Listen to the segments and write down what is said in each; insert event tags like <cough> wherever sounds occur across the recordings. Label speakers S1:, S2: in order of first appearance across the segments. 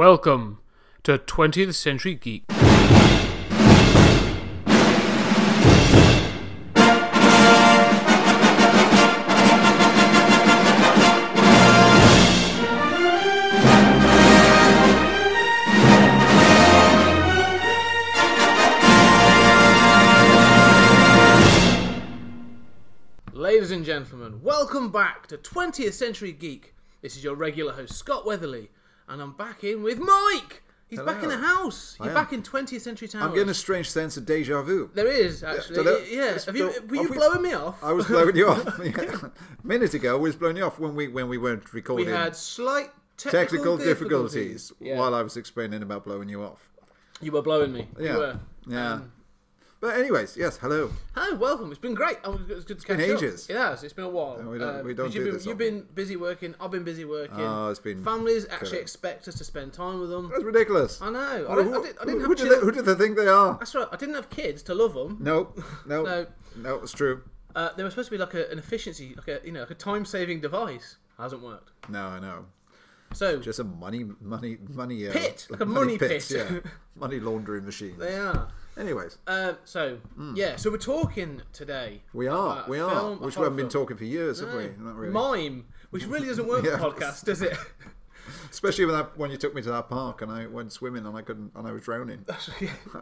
S1: Welcome to 20th Century Geek.
S2: Ladies and gentlemen, welcome back to 20th Century Geek. This is your regular host, Scott Weatherly, and I'm back in with Mike! He's back in the
S3: Hello.
S2: house! You're
S3: am.
S2: back in 20th Century Towers.
S3: I'm getting a strange sense of deja vu.
S2: There is,
S3: So
S2: actually.
S3: that-
S2: Yeah.
S3: it's-
S2: Have you,
S3: so-
S2: were you
S3: have we-
S2: blowing me off?
S3: I was blowing you off <laughs> a minute ago. I was blowing you off when we when we weren't
S2: we
S3: recording
S2: had slight technical,
S3: technical difficulties,
S2: Yeah.
S3: while I was explaining about blowing you off.
S2: You were blowing me. You
S3: Yeah,
S2: were. Um,
S3: yeah. but anyways, yes. Hello.
S2: Hi, welcome. It's been great. Oh, it's good to catch
S3: been
S2: up.
S3: ages.
S2: It has. It's been a while.
S3: we don't- we
S2: but
S3: don't
S2: you've
S3: do
S2: been,
S3: this
S2: You've
S3: often.
S2: been busy working. I've been busy working.
S3: Oh, it's been-
S2: Families actually
S3: Good.
S2: expect us to spend time with them.
S3: That's ridiculous.
S2: I know. I,
S3: Who,
S2: don't, I, did, I didn't
S3: who-
S2: have
S3: who do they,
S2: children.
S3: who do they think they are? <laughs>
S2: That's right. I didn't have kids to love them.
S3: No, no,
S2: No.
S3: no. it's true.
S2: Uh, they were supposed to be like a, an efficiency, like a you know, like a time-saving device. Hasn't worked.
S3: No, I know.
S2: So
S3: Just a money, money, money uh,
S2: Pit, like a money pit.
S3: Yeah,
S2: <laughs>
S3: money laundering machine.
S2: they are.
S3: Anyways,
S2: Uh, so
S3: Hmm.
S2: yeah. So we're talking today.
S3: we are,
S2: about
S3: we are,
S2: Uh, film-
S3: which we
S2: horror
S3: haven't been
S2: film.
S3: talking for years, have we?
S2: No.
S3: Not really.
S2: Mime, which really doesn't work
S3: <laughs> Yeah.
S2: for podcasts, does it? <laughs>
S3: Especially when that when you took me to that park and I went swimming and I couldn't and I was drowning.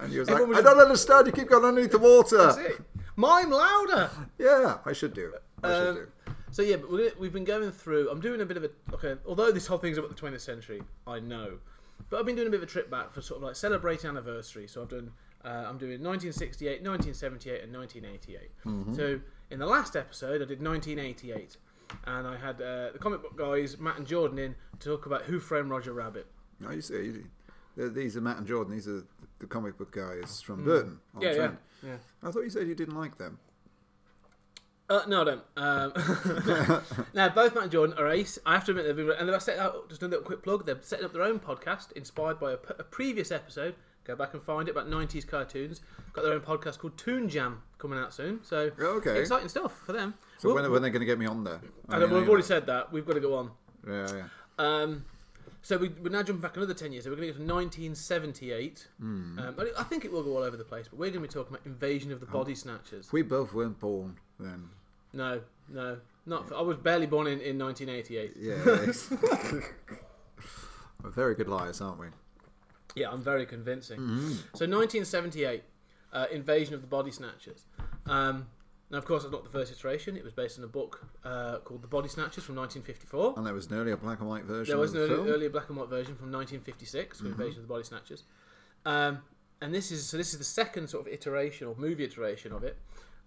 S3: And you was like,
S2: <laughs> Everyone was
S3: I
S2: a-
S3: don't understand. You keep going underneath the water.
S2: That's it. Mime louder.
S3: Yeah, I should do. I
S2: Um,
S3: should do.
S2: So yeah, but we're, we've been going through. I'm doing a bit of a okay. Although this whole thing's about the 20th century, I know, but I've been doing a bit of a trip back for sort of like celebrating anniversary. So I've done. Uh, I'm doing 1968, 1978, and 1988. So in the last episode, I did 1988, and I had uh, the comic book guys Matt and Jordan in to talk about Who Framed Roger Rabbit.
S3: No, you see, you, th- these are Matt and Jordan. These are the comic book guys from Burton. on
S2: Mm. Yeah, yeah,
S3: Oh, Trent.
S2: yeah.
S3: I thought you said you didn't like them.
S2: Uh, no, I don't. Um, <laughs> no. now, both Matt and Jordan are ace. I have to admit, they've been, and they've set up just a little quick plug. They're setting up their own podcast inspired by a, p- a previous episode. Go back and find it about '90s cartoons. Got their own podcast called Toon Jam coming out soon. So
S3: Oh, Okay.
S2: exciting stuff for them.
S3: So
S2: We'll-
S3: when, when are they going to get me on there? I
S2: I
S3: mean,
S2: don't- we've
S3: you
S2: already said that. We've got to go on.
S3: know. Yeah, yeah.
S2: Um, so we, we're now jumping back another 10 years. So we're going to go to 1978.
S3: Hmm.
S2: Um, but I think it will go all over the place, but we're going to be talking about Invasion of the
S3: Oh.
S2: Body Snatchers.
S3: We both weren't born then.
S2: No, no. Not for, I was barely born in, in 1988.
S3: Yeah.
S2: <laughs>
S3: We're very good liars, aren't we?
S2: Yeah, I'm very convincing.
S3: Mm-hmm.
S2: So 1978, uh, Invasion of the Body Snatchers. Um, now, of course, it's not the first iteration. It was based on a book uh, called The Body Snatchers from 1954.
S3: And there was an earlier black and white version.
S2: There was an
S3: of the film. Mm-hmm.
S2: early, earlier black and white version from 1956, called Invasion of the Body Snatchers. Um, and this is so this is the second sort of iteration or movie iteration of it.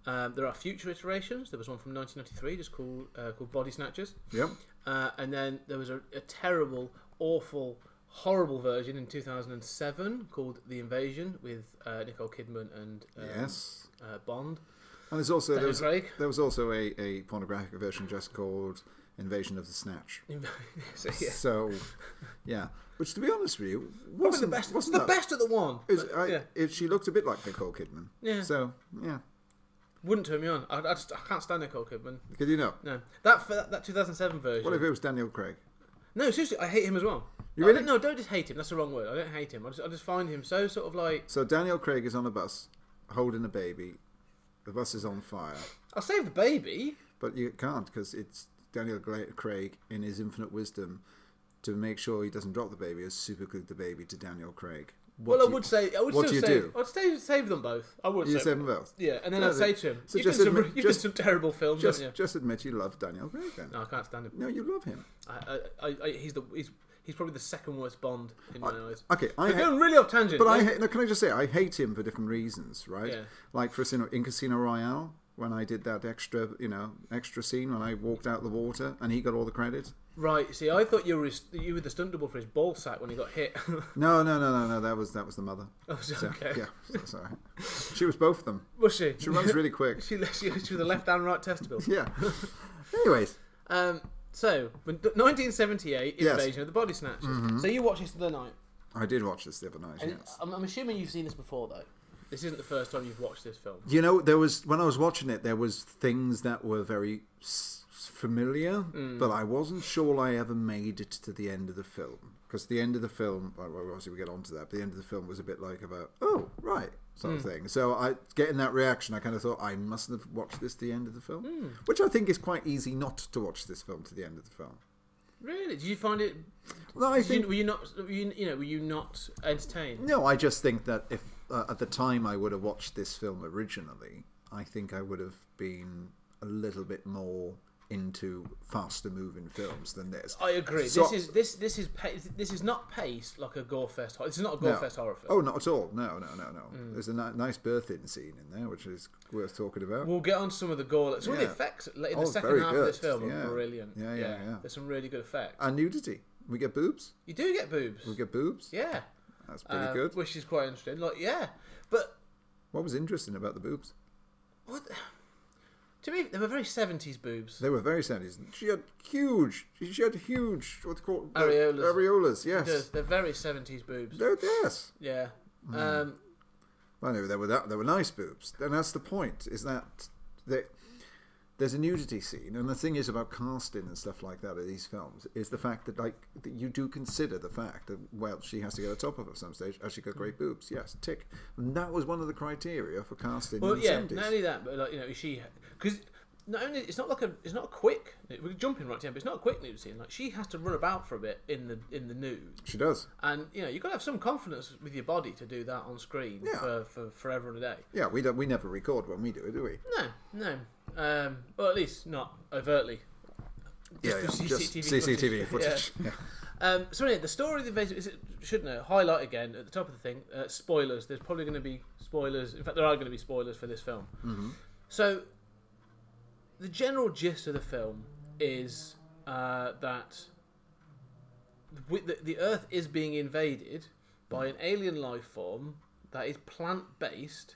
S2: Um, there are future iterations. There was one from 1993, just called uh, called Body Snatchers.
S3: Yep.
S2: Uh, and then there was a, a terrible, awful, horrible version in 2007 called The Invasion with uh, Nicole Kidman and um,
S3: Yes.
S2: uh, Bond.
S3: And there's also there
S2: Daniel
S3: was,
S2: Craig.
S3: <laughs> there was also a, a pornographic version just called Invasion of the Snatch.
S2: <laughs> so, yeah.
S3: So, yeah. Which, to be honest with you,
S2: Probably
S3: wasn't
S2: the best.
S3: Wasn't
S2: the
S3: that,
S2: best of the one.
S3: it was-
S2: but,
S3: I-
S2: yeah.
S3: it- she looked a bit like Nicole Kidman.
S2: Yeah.
S3: So yeah.
S2: Wouldn't turn me on. I, I just I can't stand Nicole Kidman.
S3: Could you know?
S2: No, that that, that 2007 version.
S3: What if it was Daniel Craig?
S2: No, seriously, I hate him as well.
S3: You
S2: I
S3: really-
S2: don't- No, don't just hate him. That's the wrong word. I don't hate him. I just I just find him so sort of like
S3: So Daniel Craig is on a bus, holding a baby. The bus is on fire,
S2: I'll save the baby.
S3: but you can't because it's Daniel Gra- Craig in his infinite wisdom to make sure he doesn't drop the baby has superglued the baby to Daniel Craig.
S2: well,
S3: What do
S2: I
S3: you-
S2: would say I would
S3: what
S2: still
S3: do you
S2: save,
S3: do?
S2: I'd say save them both. I would.
S3: You
S2: save
S3: save them both.
S2: Yeah, and then
S3: No,
S2: I'd say to him,
S3: so
S2: "You've, done
S3: just
S2: some,
S3: admit-
S2: you've
S3: just-
S2: done some terrible films,
S3: Just,
S2: haven't you?"
S3: just admit you love Daniel Craig then.
S2: No, I can't stand him.
S3: No, you love him.
S2: I, I, I, I, he's the he's he's probably the second worst Bond in my eyes.
S3: Okay, I
S2: We're
S3: hate,
S2: going really off tangent.
S3: but I
S2: Let's-
S3: hate, no, can I just say I hate him for different reasons, right?
S2: Yeah.
S3: Like for Casino- in Casino Royale when I did that extra, you know, extra scene when I walked out the water and he got all the credit.
S2: right. See, I thought you were his, you were the stunt double for his ball sack when he got hit. <laughs>
S3: No, no, no, no, no. That was that was the mother.
S2: I was okay.
S3: Yeah, so sorry. She was both of them.
S2: Was she?
S3: She runs really
S2: <laughs>
S3: quick.
S2: she, she, she was the left and right
S3: <laughs>
S2: testicle.
S3: Yeah. Anyways,
S2: Um. So, when- 1978,
S3: Yes.
S2: Invasion of the Body Snatchers. So you watched this the other night.
S3: I did watch this the other night.
S2: And
S3: Yes.
S2: I'm, I'm assuming you've seen this before, though. This isn't the first time you've watched this film.
S3: You know, there was when I was watching it, there was things that were very s- familiar, but I wasn't sure I ever made it to the end of the film. because the end of the film, well, obviously we get onto that, but the end of the film was a bit like about, oh, right, sort of thing. So I getting that reaction, I kind of thought I mustn't have watched this to the end of the film, which I think is quite easy not to watch this film to the end of the film.
S2: Really? Did you find it?
S3: Well,
S2: Did
S3: I
S2: you,
S3: think
S2: were you not? Were you, you know, were you not entertained?
S3: no, I just think that if uh, at the time I would have watched this film originally, I think I would have been a little bit more into faster moving films than this.
S2: I agree.
S3: So-
S2: this is this this is pa- this is not paced like a gore fest. This is not a gore
S3: No.
S2: fest horror film. Mm.
S3: Oh, not at all. No, no, no, no. There's a ni- nice birthing scene in there, which is worth talking about.
S2: We'll get on to some of the gore. Some of
S3: Yeah.
S2: the effects in the
S3: Oh,
S2: second
S3: very
S2: half of this
S3: good.
S2: film
S3: Yeah.
S2: are brilliant.
S3: Yeah, yeah, yeah.
S2: There's some really good effects.
S3: and nudity. We get boobs.
S2: you do get boobs.
S3: We get boobs.
S2: yeah.
S3: That's pretty
S2: Uh,
S3: good.
S2: Which is quite interesting. Like, yeah, but
S3: What was interesting about the boobs?
S2: what? To me, they were very seventies boobs.
S3: They were very sandy. She had huge. She had huge. What's it called Uh,
S2: Areolas.
S3: Areolas.
S2: They're,
S3: Yes.
S2: they're very seventies boobs.
S3: They're, yes.
S2: Yeah. Um,
S3: Well, no, they were that. They were nice boobs, and that's the point. Is that they, there's a nudity scene, and the thing is about casting and stuff like that of these films is the fact that like that you do consider the fact that well she has to get a top of at some stage. Has she got great boobs? Yes, tick. And that was one of the criteria for casting
S2: Well,
S3: in the
S2: yeah, not
S3: 70s.
S2: only that, but like you know, is she because not only it's not like a it's not a quick. We're jumping right to him, but it's not a quick nude scene. Like she has to run about for a bit in the in the nude,
S3: She does.
S2: and you know you have got to have some confidence with your body to do that on screen
S3: Yeah.
S2: for, for forever and a day.
S3: Yeah, we don't. We never record when we do it, do we?
S2: No, no, um, well at least not overtly.
S3: Yeah,
S2: the
S3: yeah,
S2: CCTV
S3: just
S2: footage.
S3: CCTV
S2: Yeah.
S3: footage. Yeah.
S2: Um, so anyway, the story of the invasion is it, should know highlight again at the top of the thing. Uh, spoilers. There's probably going to be spoilers. In fact, there are going to be spoilers for this film. So the general gist of the film is uh, that with the, the Earth is being invaded by an alien life form that is plant based,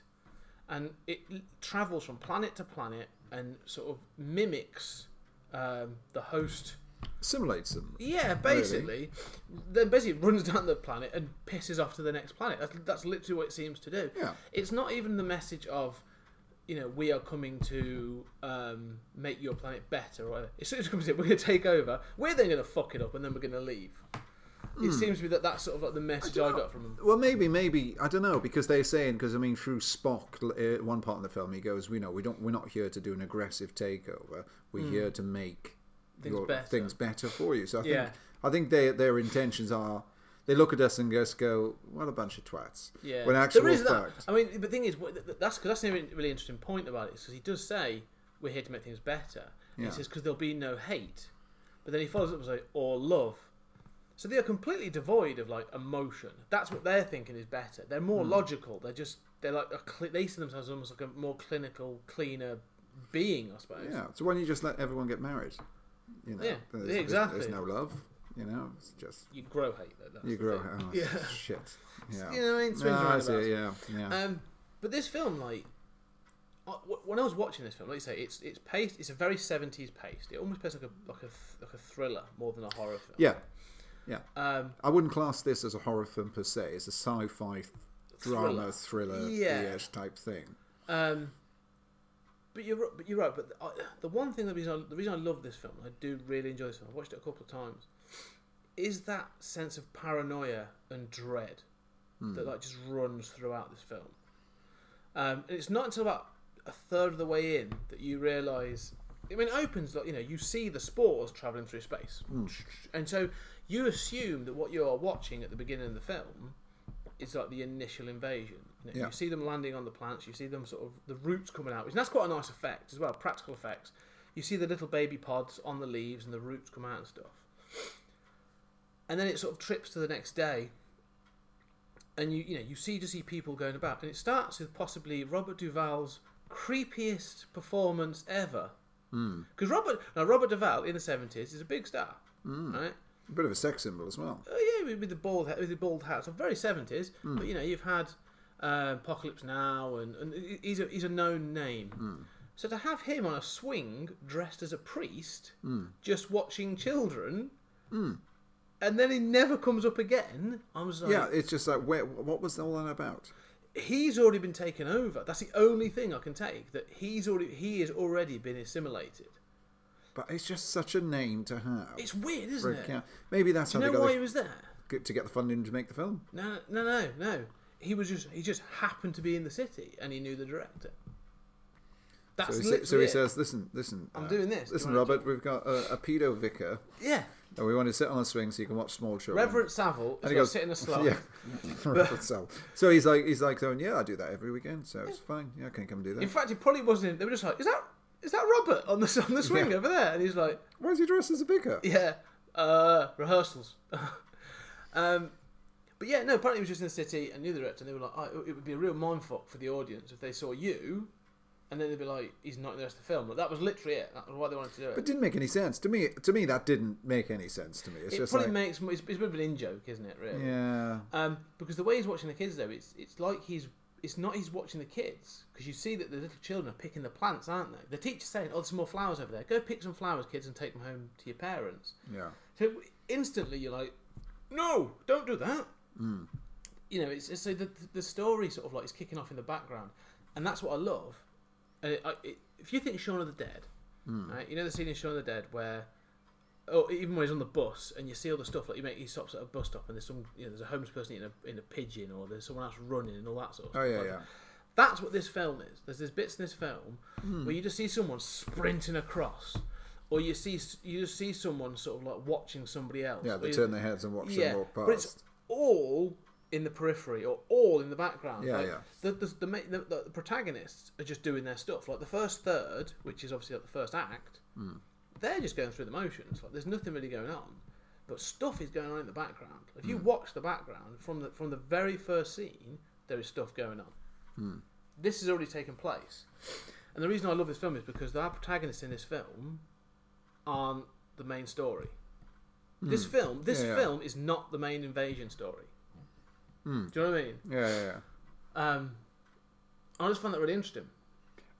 S2: and it l- travels from planet to planet and sort of mimics um, the host.
S3: Simulates them.
S2: Yeah, basically, then basically runs down the planet and pisses off to the next planet. That's, that's literally what it seems to do.
S3: Yeah.
S2: It's not even the message of, you know, we are coming to um, make your planet better or whatever. It's just comes in, we're going to take over. We're then going to fuck it up and then we're going to leave. It seems to be that that's sort of like the message I, got from them.
S3: Well, maybe, maybe I don't know because they're saying because I mean through Spock, l- uh, one part of the film he goes, we know we don't we're not here to do an aggressive takeover. We're here to make
S2: Hmm. Things better.
S3: things better for you. So I
S2: Yeah.
S3: think I think their their intentions are they look at us and just go, what a bunch of twats.
S2: Yeah,
S3: When actual
S2: there is
S3: fact,
S2: that. I mean, the thing is, what- th- th- that's because that's a really really interesting point about it, because he does say we're here to make things better. And
S3: Yeah.
S2: He says because there'll be no hate, but then he follows up and says or love. So they are completely devoid of like emotion. That's what they're thinking is better. They're more
S3: Hmm.
S2: logical. They're just they're like a cli they see themselves as almost like a more clinical, cleaner being, I suppose.
S3: yeah. So why don't you just let everyone get married? You know,
S2: Yeah,
S3: there's,
S2: yeah,
S3: there's-
S2: exactly.
S3: There's no love. You know, it's just
S2: You grow hate though. That's
S3: you
S2: the
S3: grow.
S2: thing.
S3: Oh,
S2: Yeah.
S3: Shit.
S2: <laughs>
S3: Yeah.
S2: You know what I mean? Swings
S3: No, I
S2: roundabouts.
S3: see, yeah, yeah.
S2: Um, but this film, like, I- wh- when I was watching this film, like you say, it's it's paced. It's a very seventies paced. It almost plays like a like a th- like a thriller more than a horror film.
S3: yeah. Yeah.
S2: Um,
S3: I wouldn't class this as a horror film per se. It's a sci-fi drama thriller,
S2: Yeah.
S3: ish type thing.
S2: um, but you're ri- but you're right. But the, I, the one thing the reason I, the reason I love this film, I do really enjoy this film. I watched it a couple of times. Is that sense of paranoia and dread that like just runs throughout this film? Um, and it's not until about a third of the way in that you realise. I mean, it opens like you know you see the spores travelling through space, and so you assume that what you are watching at the beginning of the film is like the initial invasion. You, know,
S3: Yeah.
S2: you see them landing on the plants, you see them sort of the roots coming out, which and that's quite a nice effect as well, practical effects. You see the little baby pods on the leaves and the roots come out and stuff, and then it sort of trips to the next day and you you know you see to see people going about, and it starts with possibly Robert Duvall's creepiest performance ever. Because Robert now Robert Duvall in the seventies is a big star, right?
S3: A bit of a sex symbol as well.
S2: Oh yeah, with, with the bald he- with the bald hat, so very seventies.
S3: Hmm.
S2: But you know you've had uh, Apocalypse Now, and, and he's a he's a known name.
S3: Hmm.
S2: So to have him on a swing dressed as a priest,
S3: Hmm.
S2: just watching children. And then he never comes up again. I was like,
S3: Yeah, it's just like, where, what was all that about?
S2: he's already been taken over. That's the only thing I can take that he's already he has already been assimilated.
S3: But it's just such a name to have.
S2: It's weird, isn't
S3: For a
S2: it?
S3: ca- Maybe that's
S2: Do
S3: how
S2: you know
S3: they got.
S2: why
S3: The,
S2: he was there?
S3: get- to get the funding to make the film.
S2: No, no, no, no. He was just he just happened to be in the city and he knew the director.
S3: So
S2: That's
S3: he,
S2: literally
S3: sa- so he
S2: it.
S3: says, "Listen, listen, uh,
S2: I'm doing this. Do you
S3: Listen,
S2: wanna do
S3: Robert, we've got a, a pedo vicar,
S2: yeah.
S3: and we want to sit on a swing so you can watch small children."
S2: Reverend Savile is going to
S3: he goes,
S2: sit
S3: <laughs>
S2: in a slum.
S3: Yeah. Reverend Savile. so he's like, he's like, going, yeah, I do that every weekend, so it's fine. Yeah, I can come do that.
S2: In fact, it probably wasn't. They were just like, "Is that is that Robert on the <laughs> on the swing over there?" And he's like,
S3: Why is he dressed as a vicar?
S2: Yeah, uh, rehearsals. <laughs> um, but yeah, no. Apparently, it was just in the city and knew the director, and they were like, oh, "It would be a real mind fuck for the audience if they saw you," and then they'd be like, "He's not in the rest of the film." Like, that was literally it. That was why they wanted to do it.
S3: It didn't make any sense to me. To me, that didn't make any sense to me. It's
S2: it
S3: just
S2: probably makes
S3: like,
S2: it's, it's a bit of an in joke, isn't it? Really.
S3: yeah,
S2: Um, because the way he's watching the kids, though, it's it's like he's it's not he's watching the kids because you see that the little children are picking the plants, aren't they? The teacher's saying, "Oh, there's some more flowers over there. Go pick some flowers, kids, and take them home to your parents."
S3: yeah.
S2: So instantly you're like, no, don't do that.
S3: Hmm.
S2: You know, it's, it's so the the story sort of like is kicking off in the background, and that's what I love. And it, I, it, if you think Shaun of the Dead,
S3: Hmm.
S2: right, you know the scene in Shaun of the Dead where, oh, even when he's on the bus and you see all the stuff like you make, he stops at a bus stop and there's some, you know, there's a homeless person eating a, in a pigeon or there's someone else running and all that sort of
S3: Oh
S2: stuff.
S3: yeah,
S2: like
S3: yeah.
S2: that's what this film is. There's this bits in this film
S3: Hmm.
S2: where you just see someone sprinting across, or you see you just see someone sort of like watching somebody else.
S3: Yeah,
S2: Or
S3: they
S2: you-
S3: turn their heads and watch
S2: yeah,
S3: them walk
S2: but it's
S3: past.
S2: all in the periphery or all in the background.
S3: Yeah,
S2: Like,
S3: yeah.
S2: The, the, the, ma- the, the protagonists are just doing their stuff. Like the first third, which is obviously like the first act,
S3: Hmm.
S2: they're just going through the motions. Like there's nothing really going on, but stuff is going on in the background. If
S3: Hmm.
S2: you watch the background from the from the very first scene, there is stuff going on.
S3: Hmm.
S2: This has already taken place, and the reason I love this film is because our protagonists in this film aren't the main story. This film, this
S3: Hmm. Yeah, yeah.
S2: film is not the main invasion story.
S3: Hmm.
S2: Do you know what I mean?
S3: Yeah, yeah, yeah.
S2: Um, I just find that really interesting.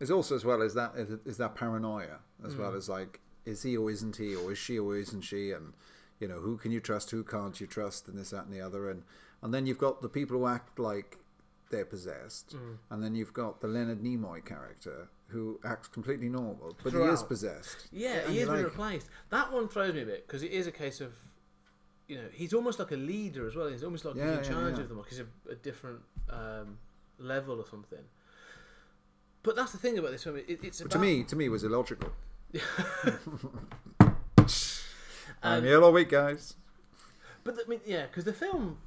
S3: It's also as well as that is- is that paranoia as well
S2: Mm.
S3: as like is he or isn't he or is she or isn't she and you know who can you trust who can't you trust and this that and the other and and then you've got the people who act like they're possessed
S2: Mm.
S3: and then you've got the Leonard Nimoy character who acts completely normal but he is
S2: Throughout.
S3: possessed
S2: Yeah,
S3: And
S2: he
S3: you're
S2: has been
S3: like,
S2: replaced. That one throws me a bit because it is a case of, you know, he's almost like a leader as well. He's almost like
S3: Yeah,
S2: he's
S3: yeah,
S2: in charge
S3: yeah.
S2: of them, like he's a, a different um, level or something. But that's the thing about this film. It, it's about,
S3: to me to me was
S2: <laughs>
S3: illogical I'm
S2: Um,
S3: here all week guys
S2: But the, I mean, yeah, because the film,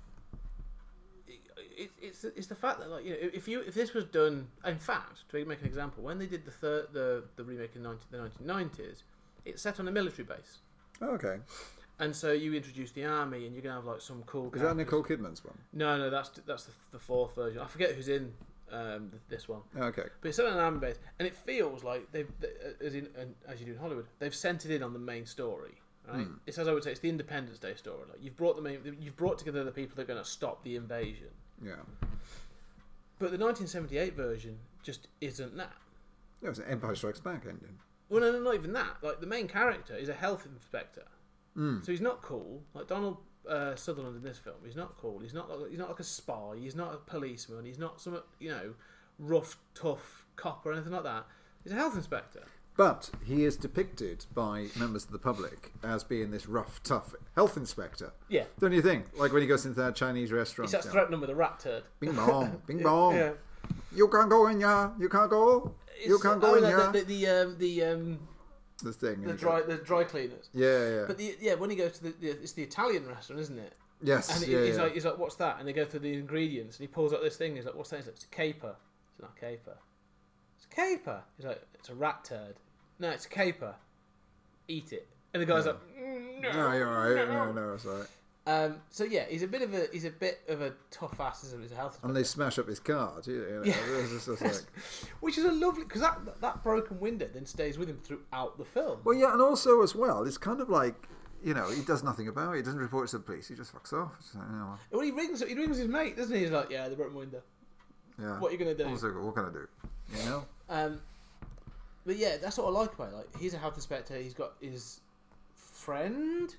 S2: it, it, it's it's the fact that like you know if you if this was done, in fact, to make an example, when they did the third the the remake in 19, the nineteen nineties, it's set on a military base,
S3: oh, okay
S2: and so you introduce the army, and you're gonna have like some cool.
S3: is that
S2: characters.
S3: Nicole Kidman's one
S2: No, no, that's that's the, the fourth version. I forget who's in um, th- this one.
S3: Oh, okay
S2: But it's set on an army base, and it feels like they've, th- uh, as in and as you do in Hollywood, they've centered in on the main story. Right? It's as I would say, it's the Independence Day story. Like you've brought the main, you've brought together the people that are going to stop the invasion.
S3: yeah
S2: But the 1978 version just isn't that.
S3: it was an Empire Strikes Back ending
S2: Well, no, no, not even that. Like the main character is a health inspector, so he's not cool. Like Donald uh, Sutherland in this film, he's not cool. He's not like he's not like a spy. He's not a policeman. He's not some you know rough, tough cop or anything like that. He's a health inspector.
S3: But he is depicted by members of the public as being this rough, tough health inspector.
S2: Yeah.
S3: Don't you think? Like when he goes into that Chinese
S2: He
S3: restaurant.
S2: starts
S3: yeah.
S2: threatening them with a rat turd. <laughs>
S3: Bing bong, bing bong. You can't go in here. You can't go. you
S2: It's-
S3: can't
S2: oh,
S3: go in
S2: no,
S3: here.
S2: The, the, the, um, the, um,
S3: the thing.
S2: the
S3: and he
S2: dry
S3: goes-
S2: the dry cleaners.
S3: Yeah, yeah.
S2: But the, yeah, when he goes to the, the it's the Italian restaurant, isn't it?
S3: yes.
S2: And he-
S3: yeah,
S2: he's
S3: yeah.
S2: like he's like, what's that? And they go through the ingredients, and he pulls out this thing. He's like, what's that? He's like, it's a caper. It's not a caper. It's a caper. He's like, it's a rat turd. No, it's a caper. Eat it. And the guy's like, "Mm, no.
S3: no, you're all right. No, no, it's all right.
S2: Um, so yeah, he's a bit of a he's a bit of a tough ass as a health.
S3: And they smash up his car, too. You know?
S2: Yeah.
S3: It's
S2: <laughs>
S3: just- it's like-
S2: Which is a lovely because that that broken window then stays with him throughout the film.
S3: Well, yeah, and also as well, it's kind of like, you know, he does nothing about it. He doesn't report it to the police. He just fucks off. It's just like, you know, well,
S2: Well, he rings he rings his mate, doesn't he? He's like, yeah, they broke my window.
S3: yeah.
S2: What are you gonna do?
S3: Also, what can I do? You know?
S2: Um, but yeah, that's what I like about it. Like he's a health inspector. He's got his friend.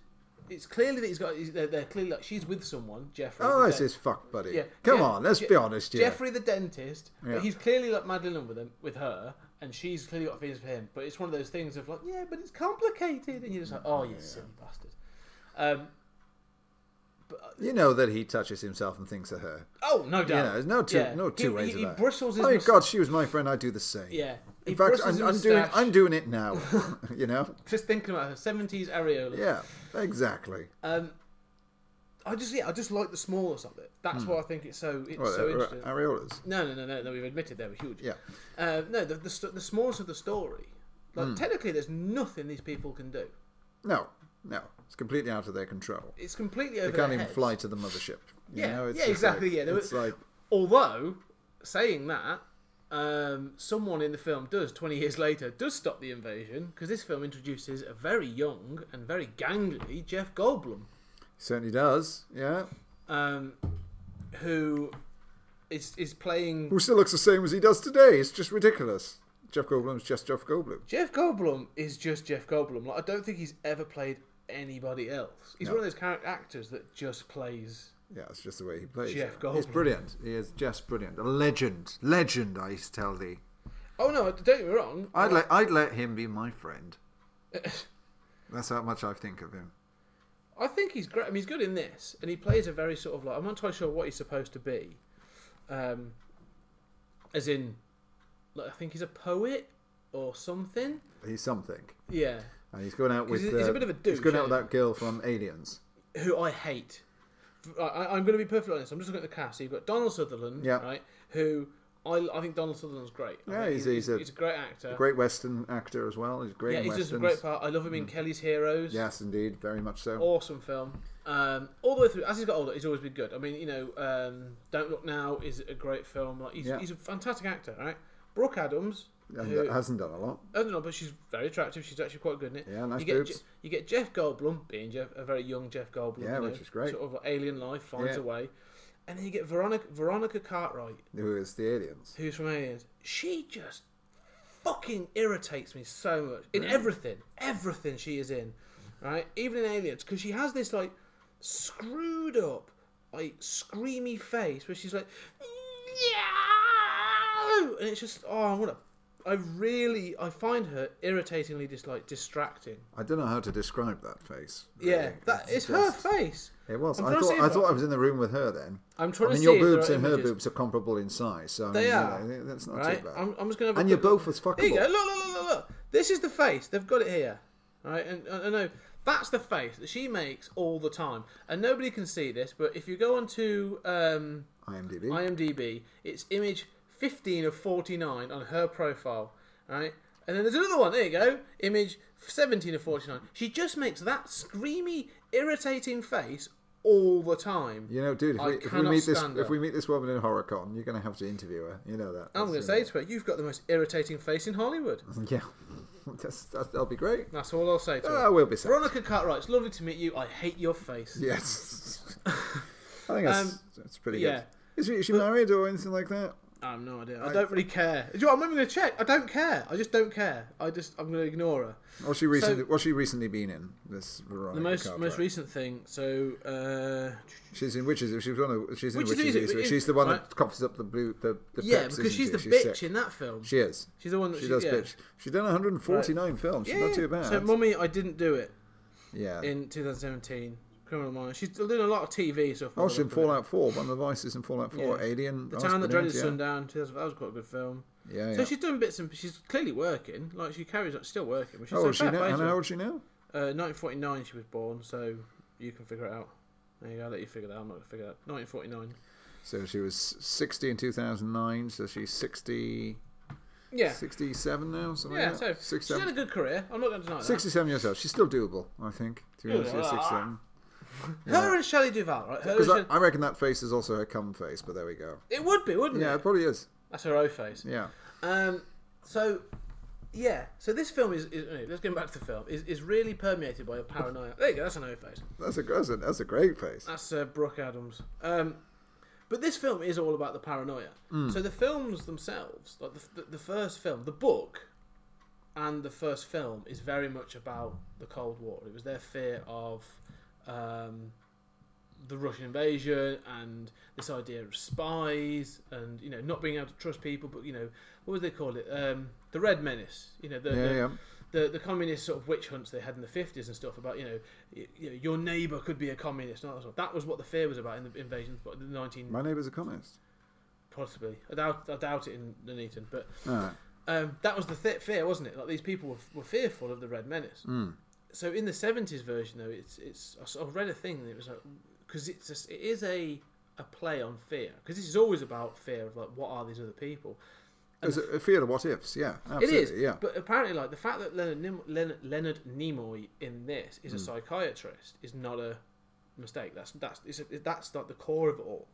S2: It's clearly that he's got. He's, they're, they're clearly like she's with someone, Jeffrey.
S3: Oh,
S2: the
S3: this
S2: den-
S3: is fuck, buddy.
S2: Yeah.
S3: Come
S2: Yeah.
S3: on, let's
S2: Je-
S3: be honest here.
S2: Jeffrey the dentist.
S3: Yeah.
S2: But he's clearly like madly in love with him, with her, and she's clearly got feelings for him. But it's one of those things of like, yeah, but it's complicated, and you're just like, oh, you silly bastard. Um, But, uh,
S3: You know that he touches himself and thinks of her.
S2: oh, no doubt.
S3: You know, there's no two,
S2: Yeah.
S3: no
S2: He-
S3: two
S2: he,
S3: ways
S2: he,
S3: about it.
S2: bristles his
S3: oh my
S2: mous-
S3: God, she was my friend. I'd do the same.
S2: Yeah. He
S3: In fact,
S2: bristles
S3: I'm,
S2: his
S3: I'm doing
S2: moustache.
S3: I'm doing it now.
S2: <laughs>
S3: <laughs> you know.
S2: just thinking about her 70s areola.
S3: Yeah. Exactly.
S2: Um, I just yeah, I just like the smallness of it. That's
S3: Hmm.
S2: why I think it's so it's
S3: Well,
S2: so
S3: uh,
S2: interesting.
S3: areolas.
S2: no, no, no, no, no. We've admitted they were huge.
S3: Yeah.
S2: Uh, no, the, the st- the smallness of the story. Like
S3: Hmm.
S2: technically, there's nothing these people can do.
S3: No. No. It's completely out of their control.
S2: It's completely over
S3: They can't
S2: their
S3: even
S2: heads.
S3: fly to the mothership. You
S2: Yeah,
S3: know, it's
S2: yeah,
S3: just like-
S2: exactly, yeah, there
S3: it's
S2: were-
S3: like
S2: Although saying that, um, someone in the film does 20 years later does stop the invasion because this film introduces a very young and very gangly Jeff Goldblum,
S3: certainly does. Yeah.
S2: um, who is is playing
S3: Who still looks the same as he does today. It's just ridiculous. Jeff Goldblum's just Jeff Goldblum.
S2: Jeff Goldblum is just Jeff Goldblum. Like I don't think he's ever played anybody else. He's
S3: No.
S2: one of those character actors that just plays.
S3: Yeah, it's just the way he plays.
S2: Jeff
S3: it. He's
S2: Goldblum.
S3: brilliant. He is just brilliant. A legend. Legend, I tell thee.
S2: Oh no, don't get me wrong.
S3: I'd let I'd let him be my friend. <coughs> That's how much I think of him.
S2: I think he's great. I mean, he's good in this, and he plays a very sort of like I'm not entirely sure what he's supposed to be, um, as in, like, I think he's a poet or something.
S3: He's something,
S2: Yeah,
S3: and he's going out with.
S2: he's- he's a
S3: uh,
S2: bit of a
S3: He's going
S2: douche,
S3: out with
S2: ain't he?
S3: that girl from Aliens.
S2: who I hate. I, I, I'm going to be perfectly honest. I'm just looking at the cast. So you've got Donald Sutherland,
S3: Yeah.
S2: right? Who I, I think Donald Sutherland's great. I
S3: Yeah,
S2: think
S3: he's- he's
S2: he's,
S3: a-
S2: a great actor.
S3: Great Western actor as well. He's great
S2: yeah,
S3: in
S2: he's just a
S3: westerns.
S2: great
S3: Mm.
S2: part. I love him in Kelly's Heroes.
S3: Yes, indeed, very much so.
S2: awesome film. Um, all the way through, as he's got older, he's always been good. I mean, you know, um, Don't Look Now is a great film. Like he's,
S3: Yeah.
S2: he's a fantastic actor, right? Brooke Adams,
S3: and
S2: Oh,
S3: uh,
S2: who,
S3: that hasn't done a lot.
S2: I don't know, but she's very attractive. She's actually quite good in it.
S3: Yeah, nice
S2: you get
S3: boobs.
S2: Je- you get Jeff Goldblum being Jeff, a very young Jeff Goldblum.
S3: Yeah,
S2: you know,
S3: which is great.
S2: Sort of like alien life finds a
S3: Yeah.
S2: way, and then you get Veronica Veronica Cartwright,
S3: Who is the Aliens?
S2: who's from Aliens. She just fucking irritates me so much in everything, everything she is in, right? Even in Aliens, because she has this like screwed up, like screamy face where she's like, yeah, and it's just oh, I want to. I really, I find her irritatingly just like distracting.
S3: I don't know how to describe that face.
S2: Yeah,
S3: really.
S2: that
S3: It's
S2: it's her
S3: just-
S2: face.
S3: It was.
S2: I'm
S3: I
S2: trying to
S3: thought
S2: see
S3: I
S2: if
S3: thought I was in the room with her then.
S2: I'm trying
S3: I mean,
S2: to see
S3: your
S2: if there
S3: boobs
S2: are
S3: and her
S2: images.
S3: boobs are comparable in size, so I
S2: They
S3: mean, you
S2: are,
S3: know, that's not
S2: right?
S3: too bad.
S2: I'm, I'm just gonna. Have a
S3: and you're
S2: quick look.
S3: both as fuckable.
S2: There you go. Look, look, look, look, look. This is the face. They've got it here. All right, and I know that's the face that she makes all the time, and nobody can see this. But if you go onto um,
S3: IMDb.
S2: IMDb, it's image 15 of 49 on her profile. All right, and then there's another one. There you go. Image 17 of 49. She just makes that screamy, irritating face all the time.
S3: You know, dude, if
S2: I
S3: we, if we
S2: cannot
S3: meet this
S2: stand
S3: if
S2: her.
S3: we meet this woman in HorrorCon, you're going to have to interview her. You know that.
S2: I'm going to
S3: That's
S2: say to her, you've got the most irritating face in Hollywood.
S3: gonna- <laughs> yeah, that's, that, that'll be great.
S2: That's all I'll say to her.
S3: I will be sad.
S2: Veronica Cartwright, it's lovely to meet you. I hate your face.
S3: Yes, I think that's, that's pretty
S2: Um, yeah.
S3: good. Is she, is she married or anything like that?
S2: I have no idea. I don't really care. Do you know what? I'm not even going to check. I don't care. I just don't care. I just I'm going to ignore her.
S3: Or she recently? what's she recently been in? This Veronica
S2: The most
S3: Cartwright.
S2: most recent thing. So uh,
S3: She's in Witches. She's one of. She's in
S2: Witches
S3: Witches.
S2: is it-
S3: Easily.
S2: it-
S3: she's the one
S2: right.
S3: that coughs up the blue. The, the
S2: yeah,
S3: pips,
S2: because
S3: isn't
S2: she's
S3: she?
S2: the bitch
S3: sick.
S2: in that film.
S3: She is.
S2: she's the one that
S3: She does
S2: yeah.
S3: bitch. She's done 149 films. She's
S2: Yeah,
S3: not too bad.
S2: So, mummy, I didn't do it
S3: yeah.
S2: in 2017. Criminal Minds. She's doing a lot of TV stuff.
S3: Oh, she's in Fallout 4. One of the vices in Fallout 4.
S2: Yeah.
S3: Alien.
S2: The
S3: was
S2: Town That
S3: brilliant,
S2: Dreaded Sundown. 2000 That was quite a good film.
S3: Yeah, yeah.
S2: So she's doing bits and she's clearly working. Like she carries on, still working. Which is
S3: oh,
S2: so
S3: is she
S2: fair
S3: now?
S2: play to
S3: And
S2: her.
S3: how old is she now?
S2: Uh, 1949 she was born, so you can figure it out. There you go, I'll let you figure that out. I'm not going to figure it out. 1949.
S3: So she was 60 in 2009. So she's 60,
S2: Yeah.
S3: 67 now. Something
S2: Yeah,
S3: like
S2: so
S3: that.
S2: she's had a
S3: 67,
S2: good career. I'm not going to deny that.
S3: 67 years old. She's still doable, I think. To be honest, with you,
S2: Yeah.
S3: 67.
S2: Her and Shelley Duval, right? Her and
S3: Because I,
S2: Shelley-
S3: I reckon that face is also her cum face, but there we go.
S2: It would be, wouldn't
S3: Yeah,
S2: it?
S3: it probably is.
S2: That's her O face.
S3: Yeah.
S2: Um, so, yeah. So this film is, is anyway, let's go back to the film, is, is really permeated by a paranoia. There you go, that's an O face.
S3: That's a, that's a, that's a great face.
S2: That's uh, Brooke Adams. Um, but this film is all about the paranoia.
S3: Hmm.
S2: So the films themselves, like the, the, the first film, the book, and the first film is very much about the Cold War. It was their fear of um, the Russian invasion and this idea of spies and you know not being able to trust people. But you know what would they call it? Um, the Red Menace. You know the,
S3: Yeah,
S2: the,
S3: yeah.
S2: the the communist sort of witch hunts they had in the fifties and stuff about you know, y you know your neighbour could be a communist. And all that, sort of- that was what the fear was about in the invasion, but the nineteen
S3: My neighbour's a communist.
S2: possibly. I doubt I doubt it in Nuneaton, but
S3: Ah,
S2: um, that was the th- fear, wasn't it? Like these people were, were fearful of the Red Menace. So in the seventies version, though, it's it's I sort of read a thing that it was like because it's just, it is a a play on fear because this is always about fear of like what are these other people.
S3: there's a, a fear of what ifs. Yeah,
S2: It
S3: absolutely.
S2: is,
S3: Yeah,
S2: But apparently, like the fact that Leonard, Nim- Leonard, Leonard Nimoy in this is a
S3: Hmm.
S2: psychiatrist is not a mistake. That's that's it's a, that's not the core of it all.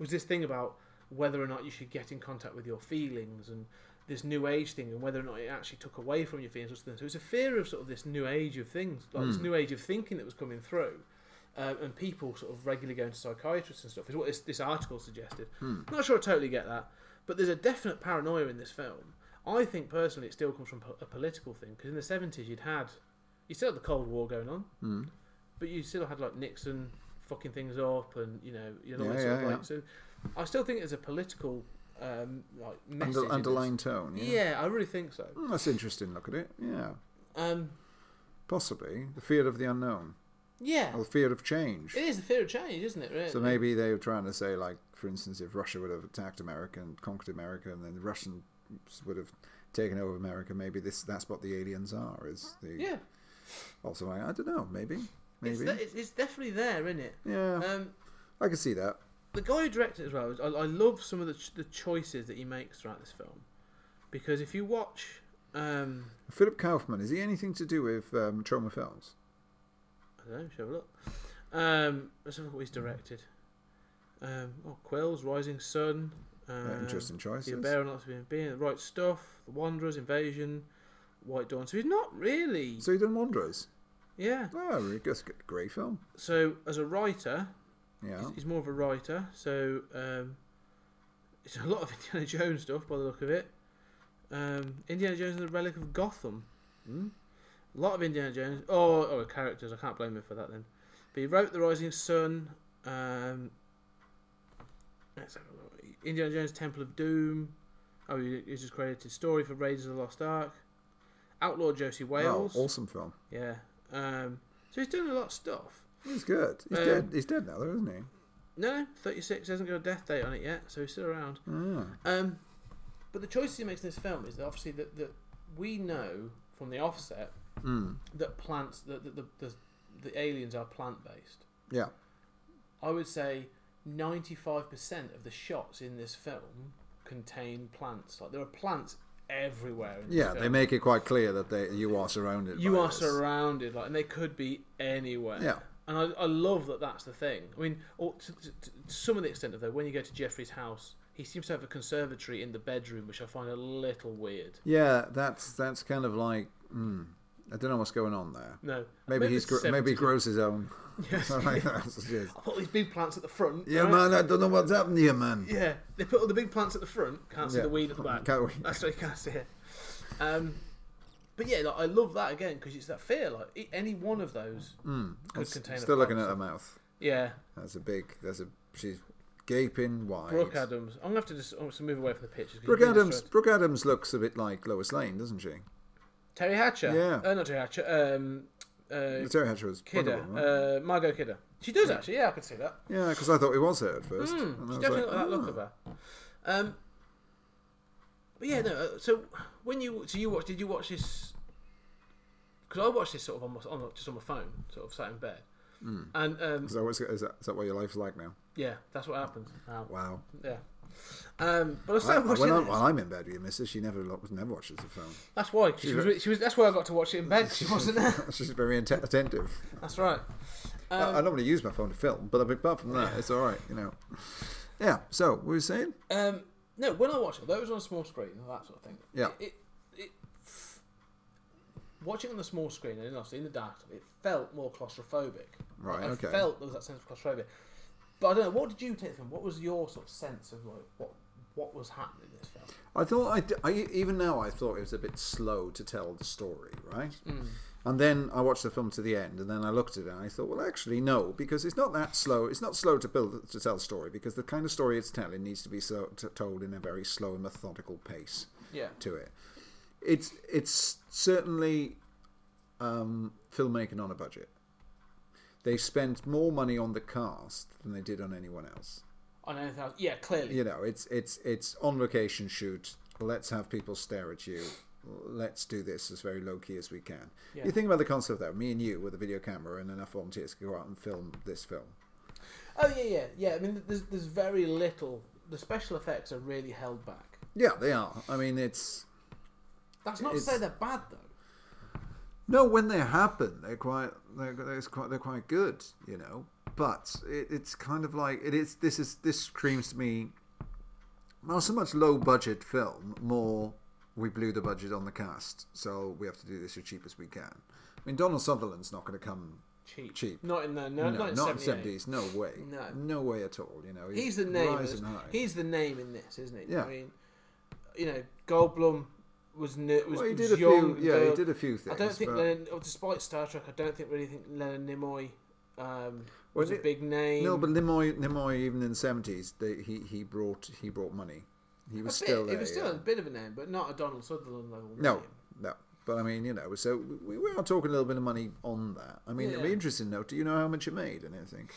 S2: Was this thing about whether or not you should get in contact with your feelings and this new age thing, and whether or not it actually took away from your feelings. or something. So it's a fear of sort of this new age of things, like
S3: Hmm.
S2: this new age of thinking that was coming through. Um, and people sort of regularly going to psychiatrists and stuff is what this, this article suggested.
S3: Hmm.
S2: Not sure I totally get that, but there's a definite paranoia in this film. I think personally it still comes from po- a political thing because in the 70s you'd had you still had the Cold War going on,
S3: Hmm.
S2: but you still had like Nixon fucking things up and you know you know all
S3: Yeah,
S2: this sort
S3: yeah,
S2: of
S3: yeah.
S2: like so. I still think there's a political um, like message in
S3: Under,
S2: this.
S3: underlying tone. Yeah.
S2: Yeah, I really think so.
S3: Mm, that's interesting. Look at it. Yeah,
S2: Um,
S3: possibly the fear of the unknown
S2: yeah,
S3: or the fear of change.
S2: it is the fear of change, isn't it? Really?
S3: Oh. So maybe they were trying to say, like, for instance, if Russia would have attacked America and conquered America, and then the Russians would have taken over America, maybe this that's what the aliens are. Is the
S2: yeah,
S3: also I, I don't know. Maybe, maybe.
S2: it's, de- it's, it's definitely there, isn't it?
S3: yeah,
S2: Um,
S3: I can see that.
S2: the guy who directed it as well. is- I, I love some of the ch- the choices that he makes throughout this film, because if you watch, um,
S3: Philip Kaufman is he anything to do with um, trauma films?
S2: I don't know, shall we look? Um, let's have a look what he's directed. Um, oh, Quills, Rising Sun. Um,
S3: Uh, interesting
S2: Be a
S3: choices.
S2: bear and lots of being the right stuff. The Wanderers, Invasion, White Dawn. So he's not really,
S3: So he done Wanderers.
S2: yeah.
S3: Oh, really? that's a good- great film.
S2: So as a writer,
S3: Yeah,
S2: He's, he's more of a writer, so um, it's a lot of <laughs> Indiana Jones stuff by the look of it. Um, Indiana Jones and the Relic of Gotham. Hmm? A lot of Indiana Jones. Oh, oh, characters. I can't blame him for that then. But he wrote The Rising Sun. Um, let's have a look. Indiana Jones Temple of Doom. Oh, he, he's just credited story for Raiders of the Lost Ark. Outlaw Josie Wales.
S3: Wow, Oh, awesome film.
S2: Yeah. Um, so he's doing a lot of stuff.
S3: He's good. He's
S2: Um,
S3: dead. He's dead now, though, isn't he?
S2: No, 36 hasn't got a death date on it yet, so he's still around.
S3: Ah,
S2: Um, but the choices he makes in this film is that obviously that, that we know from the offset
S3: Mm.
S2: that plants that the, the, the, the aliens are plant based.
S3: Yeah,
S2: I would say ninety five percent of the shots in this film contain plants. Like there are plants everywhere. In this
S3: yeah.
S2: film.
S3: They make it quite clear that they you are surrounded.
S2: you
S3: by
S2: are
S3: this.
S2: surrounded like and they could be anywhere
S3: Yeah.
S2: and I, I love that that's the thing i mean or to, to, to some of the extent of though when you go to jeffrey's house he seems to have a conservatory in the bedroom which i find a little weird
S3: Yeah, that's that's kind of like mm, I don't know what's going on there.
S2: no
S3: Maybe he's
S2: it's the
S3: gr- maybe he
S2: 70s.
S3: grows his own.
S2: <laughs>
S3: Like that's just-
S2: i put these big plants at the front
S3: yeah,
S2: right?
S3: man, I don't know what's happened here, man.
S2: yeah they put all the big plants at the front can't see
S3: Yeah.
S2: the weed at the back
S3: Can't we-
S2: that's what you can't see it um but yeah, like, I love that again because it's that fear. Like e- any one of those
S3: Mm.
S2: could contain.
S3: Still
S2: a
S3: looking at
S2: plant.
S3: her mouth.
S2: Yeah,
S3: That's a big. That's a she's gaping wide.
S2: Brooke Adams. I'm gonna have to just I'm just move away from the pictures. 'cause
S3: Brooke
S2: you've been
S3: Adams.
S2: distracted.
S3: Brooke Adams looks a bit like Lois Lane, doesn't she?
S2: Terry Hatcher.
S3: Yeah.
S2: Uh, not Terry Hatcher. Um, uh,
S3: Terry Hatcher was Wonder
S2: Kidder.
S3: Woman, right?
S2: Uh, Margot Kidder. She does actually. Yeah, I can see that.
S3: Yeah, because I thought it was her at first. and I
S2: She's
S3: was
S2: Hmm, definitely
S3: like,
S2: got that
S3: "Oh."
S2: look of her. Um, but yeah, no. uh, So when you so you watch did you watch this? Because I watched this sort of on my, on my- just on my phone, sort of sat in bed,
S3: Hmm.
S2: and um,
S3: Is that, what's, is, that, is that what your life's like now?
S2: yeah, that's what happens. Now. <laughs>
S3: Wow.
S2: Yeah. Um, but I
S3: I-
S2: started watching
S3: when, I,
S2: this.
S3: when I'm in bed with your missus, she never lo- never watches the film. <laughs>
S2: That's why 'cause she was, re- she was. That's why I got to watch it in bed. 'cause She wasn't there.
S3: She's very atten- attentive.
S2: That's right.
S3: I-
S2: Um,
S3: I normally use my phone to film, but apart from that, it's all right, you know. Yeah. So, what were you saying?
S2: Um, no, when I watch it, though it was on a small screen and that sort of thing.
S3: Yeah.
S2: It, it, it watching on the small screen and obviously in the dark, it felt more claustrophobic.
S3: Right,
S2: I
S3: okay.
S2: felt there was that sense of claustrophobia. But I don't know. What did you take from? What was your sort of sense of like what what was happening in this film?
S3: I thought I, d- I- even now I thought it was a bit slow to tell the story, right? And then I watched the film to the end, and then I looked at it, and I thought, well, actually, no, because it's not that slow. It's not slow to build to tell the story because the kind of story it's telling needs to be so, t- told in a very slow and methodical pace
S2: Yeah.
S3: to it. It's it's certainly um, filmmaking on a budget. They spent more money on the cast than they did on anyone else.
S2: On anything else? Yeah, clearly.
S3: You know, it's it's it's on location shoot. Let's have people stare at you. Let's do this as very low key as we can. You think about the concept though. Me and you with a video camera and enough volunteers could go out and film this film.
S2: Oh yeah, yeah, yeah. I mean, there's there's very little. The special effects are really held back.
S3: Yeah, they are. I mean, it's
S2: That's not to say
S3: It's-
S2: they're bad though.
S3: No, when they happen, they're quite they're, they're quite they're quite good, you know. But it, it's kind of like it is. This is this screams to me. Not so much low budget film, more we blew the budget on the cast, so we have to do this as cheap as we can. I mean, Donald Sutherland's not going to come
S2: Cheap.
S3: cheap.
S2: Not in the no,
S3: no,
S2: not in
S3: not in
S2: 78.
S3: seventies. No way.
S2: No.
S3: no way at all. You know,
S2: He's the name.
S3: rising
S2: as-
S3: high.
S2: He's the name in this, isn't he?
S3: Yeah.
S2: I mean, you know, Goldblum was new, was,
S3: well, he
S2: was
S3: did a
S2: young.
S3: few. Yeah, he
S2: but
S3: did a few things.
S2: I don't think
S3: but-
S2: Leonard, oh, despite Star Trek, I don't think really think Leonard Nimoy um,
S3: Well,
S2: was a
S3: it-
S2: big name.
S3: No, but Nimoy, Nimoy, even in the seventies, he he brought he brought money. He was
S2: a bit,
S3: still
S2: it
S3: there.
S2: was still
S3: yeah.
S2: a bit of a name, but not a Donald Sutherland level.
S3: no,
S2: name.
S3: no. But I mean, you know, so we, we are talking a little bit of money on that. I mean, it'd be
S2: Yeah.
S3: interesting to know. Do you know how much it made and everything?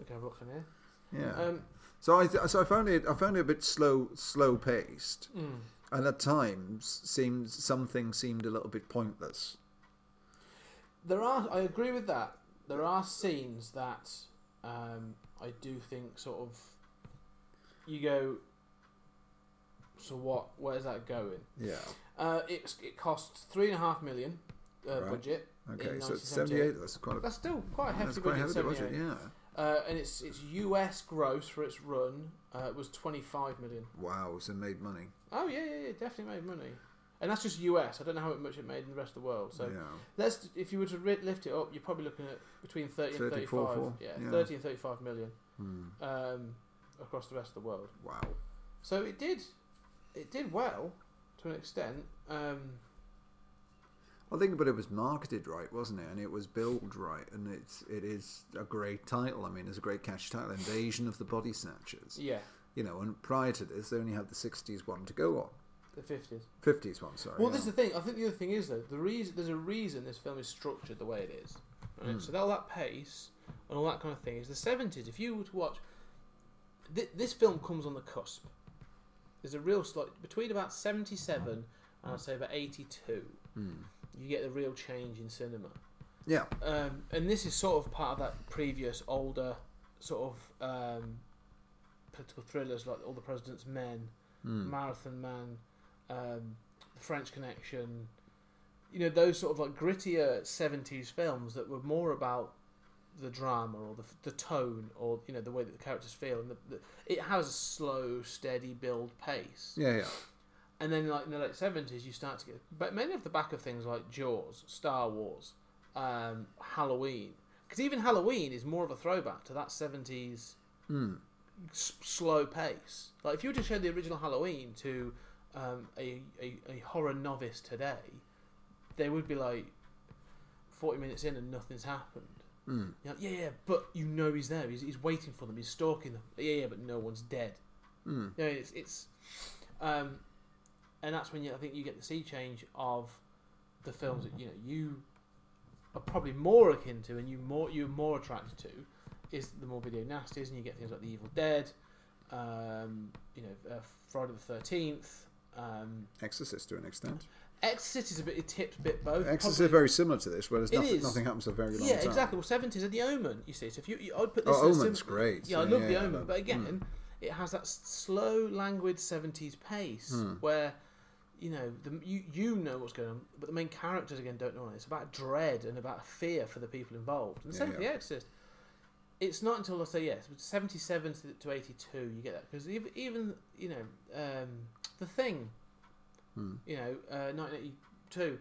S2: Okay, I'm looking here.
S3: Yeah.
S2: Um,
S3: so I th- so I found it I found it a bit slow slow paced,
S2: Hmm.
S3: and at times seemed something seemed a little bit pointless.
S2: there are. I agree with that. There are scenes that um, I do think sort of you go. So what? Where's that going?
S3: Yeah.
S2: Uh, it, it costs three and a half million uh,
S3: Right.
S2: budget.
S3: Okay.
S2: in
S3: So
S2: 1978.
S3: it's seventy-eight. That's quite a
S2: That's still quite a hefty
S3: that's quite a
S2: budget.
S3: heavy
S2: 78.
S3: budget. Yeah.
S2: Uh, and it's it's US gross for its run uh, was twenty five million.
S3: Wow. So it made money.
S2: Oh yeah, yeah, yeah, definitely made money. And that's just US. I don't know how much it made in the rest of the world. So
S3: yeah.
S2: let's if you were to ri lift it up, you're probably looking at between thirty and thirty
S3: 34,
S2: five.
S3: four.
S2: Yeah,
S3: Yeah.
S2: thirty and thirty five million
S3: Hmm.
S2: um, across the rest of the world.
S3: Wow.
S2: So it did, it did well to an extent. Um,
S3: I think, but it was marketed right, wasn't it? And it was billed right, and it's it is a great title. I mean, it's a great catchy title, "Invasion of the Body Snatchers."
S2: yeah,
S3: You know, and prior to this, they only had the '60s one to go on,
S2: the fifties.
S3: '50s one. Sorry.
S2: Well,
S3: yeah.
S2: this is the thing. I think the other thing is though the reason there's a reason this film is structured the way it is. Right? So that, all that pace and all that kind of thing is the seventies. If you were to watch, th- this film comes on the cusp. There's a real slight between about seventy-seven and I'd say about eighty-two. You get the real change in cinema,
S3: yeah,
S2: um, and this is sort of part of that previous older sort of um, political thrillers like All the President's Men. Marathon Man, um, The French Connection, you know, those sort of like grittier 70s films that were more about the drama or the, the tone or, you know, the way that the characters feel. And the, the, it has a slow, steady build pace.
S3: yeah, yeah.
S2: And then, like, in the late 70s, you start to get, but mainly off the back of things like Jaws, Star Wars, um, Halloween. Because even Halloween is more of a throwback to that 70s
S3: Hmm.
S2: s- slow pace. Like if you were to show the original Halloween to um, a, a a horror novice today, they would be like forty minutes in and nothing's happened.
S3: Mm.
S2: You're like, yeah, yeah, but you know he's there. He's, he's waiting for them. He's stalking them. Yeah, yeah, but no one's dead.
S3: Mm.
S2: You know, it's it's, um, and that's when you, I think you get the sea change of the films that you know you are probably more akin to and you more you're more attracted to is the more video nasties, and you get things like The Evil Dead, um, you know, uh, Friday the Thirteenth. Um,
S3: Exorcist to an extent.
S2: Exorcist is a bit it tips a bit both.
S3: Exorcist
S2: probably-
S3: is very similar to this, whereas
S2: It
S3: nothing,
S2: is.
S3: nothing happens for a very long
S2: yeah,
S3: time.
S2: exactly. Well, seventies are The Omen. You see, so if you, you I'd put this.
S3: Oh,
S2: in a sim-
S3: Omen's great.
S2: Yeah, I love The
S3: yeah,
S2: Omen,
S3: that-
S2: but again,
S3: mm.
S2: it has that s- slow, languid seventies pace
S3: Hmm.
S2: where. You know, the, you you know what's going on, but the main characters again don't know. It's about dread and about fear for the people involved. And the
S3: Yeah,
S2: same with
S3: yeah.
S2: The Exorcist. It's not until I say yes, but seventy-seven to, to eighty-two, you get that because even, even you know um, the thing,
S3: Hmm.
S2: you know, uh, nineteen eighty-two,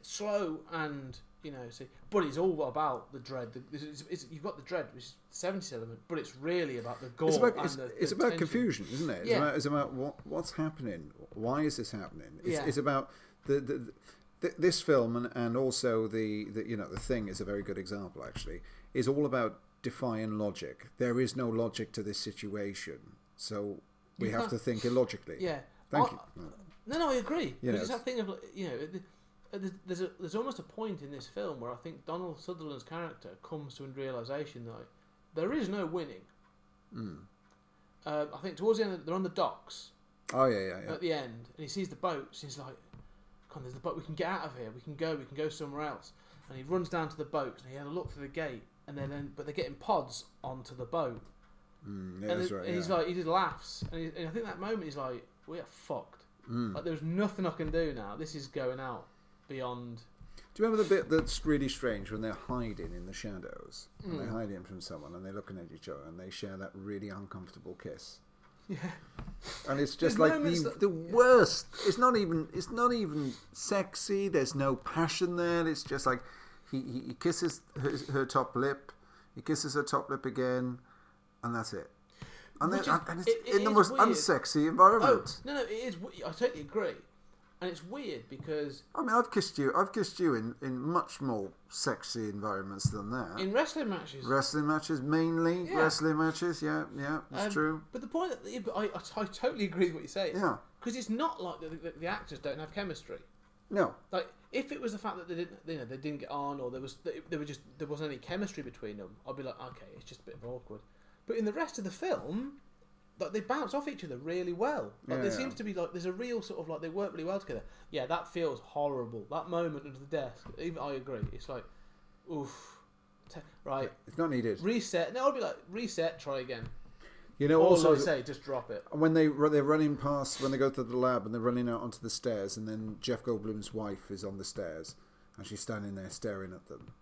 S2: slow and you know, see, but it's all about the dread. The, it's, it's, it's- you've got the dread, which is seventies element, but it's really about the gore
S3: It's about,
S2: and
S3: it's,
S2: the,
S3: it's
S2: the
S3: about
S2: tension.
S3: confusion, isn't it? It's
S2: Yeah.
S3: about, it's about what, what's happening. Why is this happening? It's,
S2: Yeah.
S3: it's about the, the, the this film and, and also the, the you know the thing is a very good example actually. Is all about defying logic. There is no logic to this situation, so we
S2: You
S3: have to
S2: can't-
S3: think illogically.
S2: Yeah. Oh. I-
S3: Thank you.
S2: No, no, I agree.
S3: You
S2: Because
S3: know,
S2: it's that thing of like, you know, the- uh, there's there's, a, there's almost a point in this film where I think Donald Sutherland's character comes to a realization that like, there is no winning.
S3: Hmm.
S2: Um, I think towards the end they're on the docks
S3: Oh yeah, yeah, yeah.
S2: at the end, and he sees the boats. And he's like, "Come on, there's the boat. We can get out of here. We can go. We can go somewhere else." And he runs down to the boats and he had a look through the gate, and then then- but they're getting pods onto the boat.
S3: Mm, yeah,
S2: and
S3: that's
S2: it-
S3: right.
S2: and he's
S3: yeah.
S2: like, he just laughs, and, he, and I think that moment he's like, "We are fucked.
S3: Mm.
S2: Like there's nothing I can do now. This is going out beyond."
S3: Do you remember the bit that's really strange when they're hiding in the shadows? And
S2: Hmm.
S3: they're hiding from someone and they're looking at each other and they share that really uncomfortable kiss.
S2: Yeah,
S3: And it's just
S2: There's
S3: like the,
S2: moments that-
S3: the worst. It's not even it's not even sexy. There's no passion there. It's just like he, he, he kisses her, her top lip. He kisses her top lip again, and that's it. And, then,
S2: Which is-
S3: and and it's
S2: it- it
S3: in the
S2: is
S3: most
S2: weird.
S3: unsexy
S2: Oh
S3: environment.
S2: no, no, it is. we- I totally agree, and it's weird because
S3: I mean, I've kissed you. I've kissed you in, in much more sexy environments than that.
S2: in wrestling matches,
S3: Wrestling matches mainly.
S2: Yeah.
S3: Wrestling matches. Yeah, yeah, that's
S2: um,
S3: true.
S2: But the point that yeah, but I, I, I totally agree with what you're saying.
S3: Yeah.
S2: because it's not like the, the, the actors don't have chemistry.
S3: No,
S2: Like if it was the fact that they didn't, you know, they didn't get on, or there was they, they were just there wasn't any chemistry between them, I'd be like, okay, it's just a bit awkward. But in the rest of the film, like they bounce off each other really well. Like there
S3: Yeah.
S2: seems to be like there's a real sort of like they work really well together. Yeah, that feels horrible. That moment under the desk, even I agree. It's like, oof, te- right,
S3: it's not needed.
S2: reset. No, I'd be like, reset, try again.
S3: You know,
S2: Or
S3: also
S2: like I say, just drop it.
S3: when they run- they're running past when they go to the lab and they're running out onto the stairs, and then Jeff Goldblum's wife is on the stairs, and she's standing there staring at them.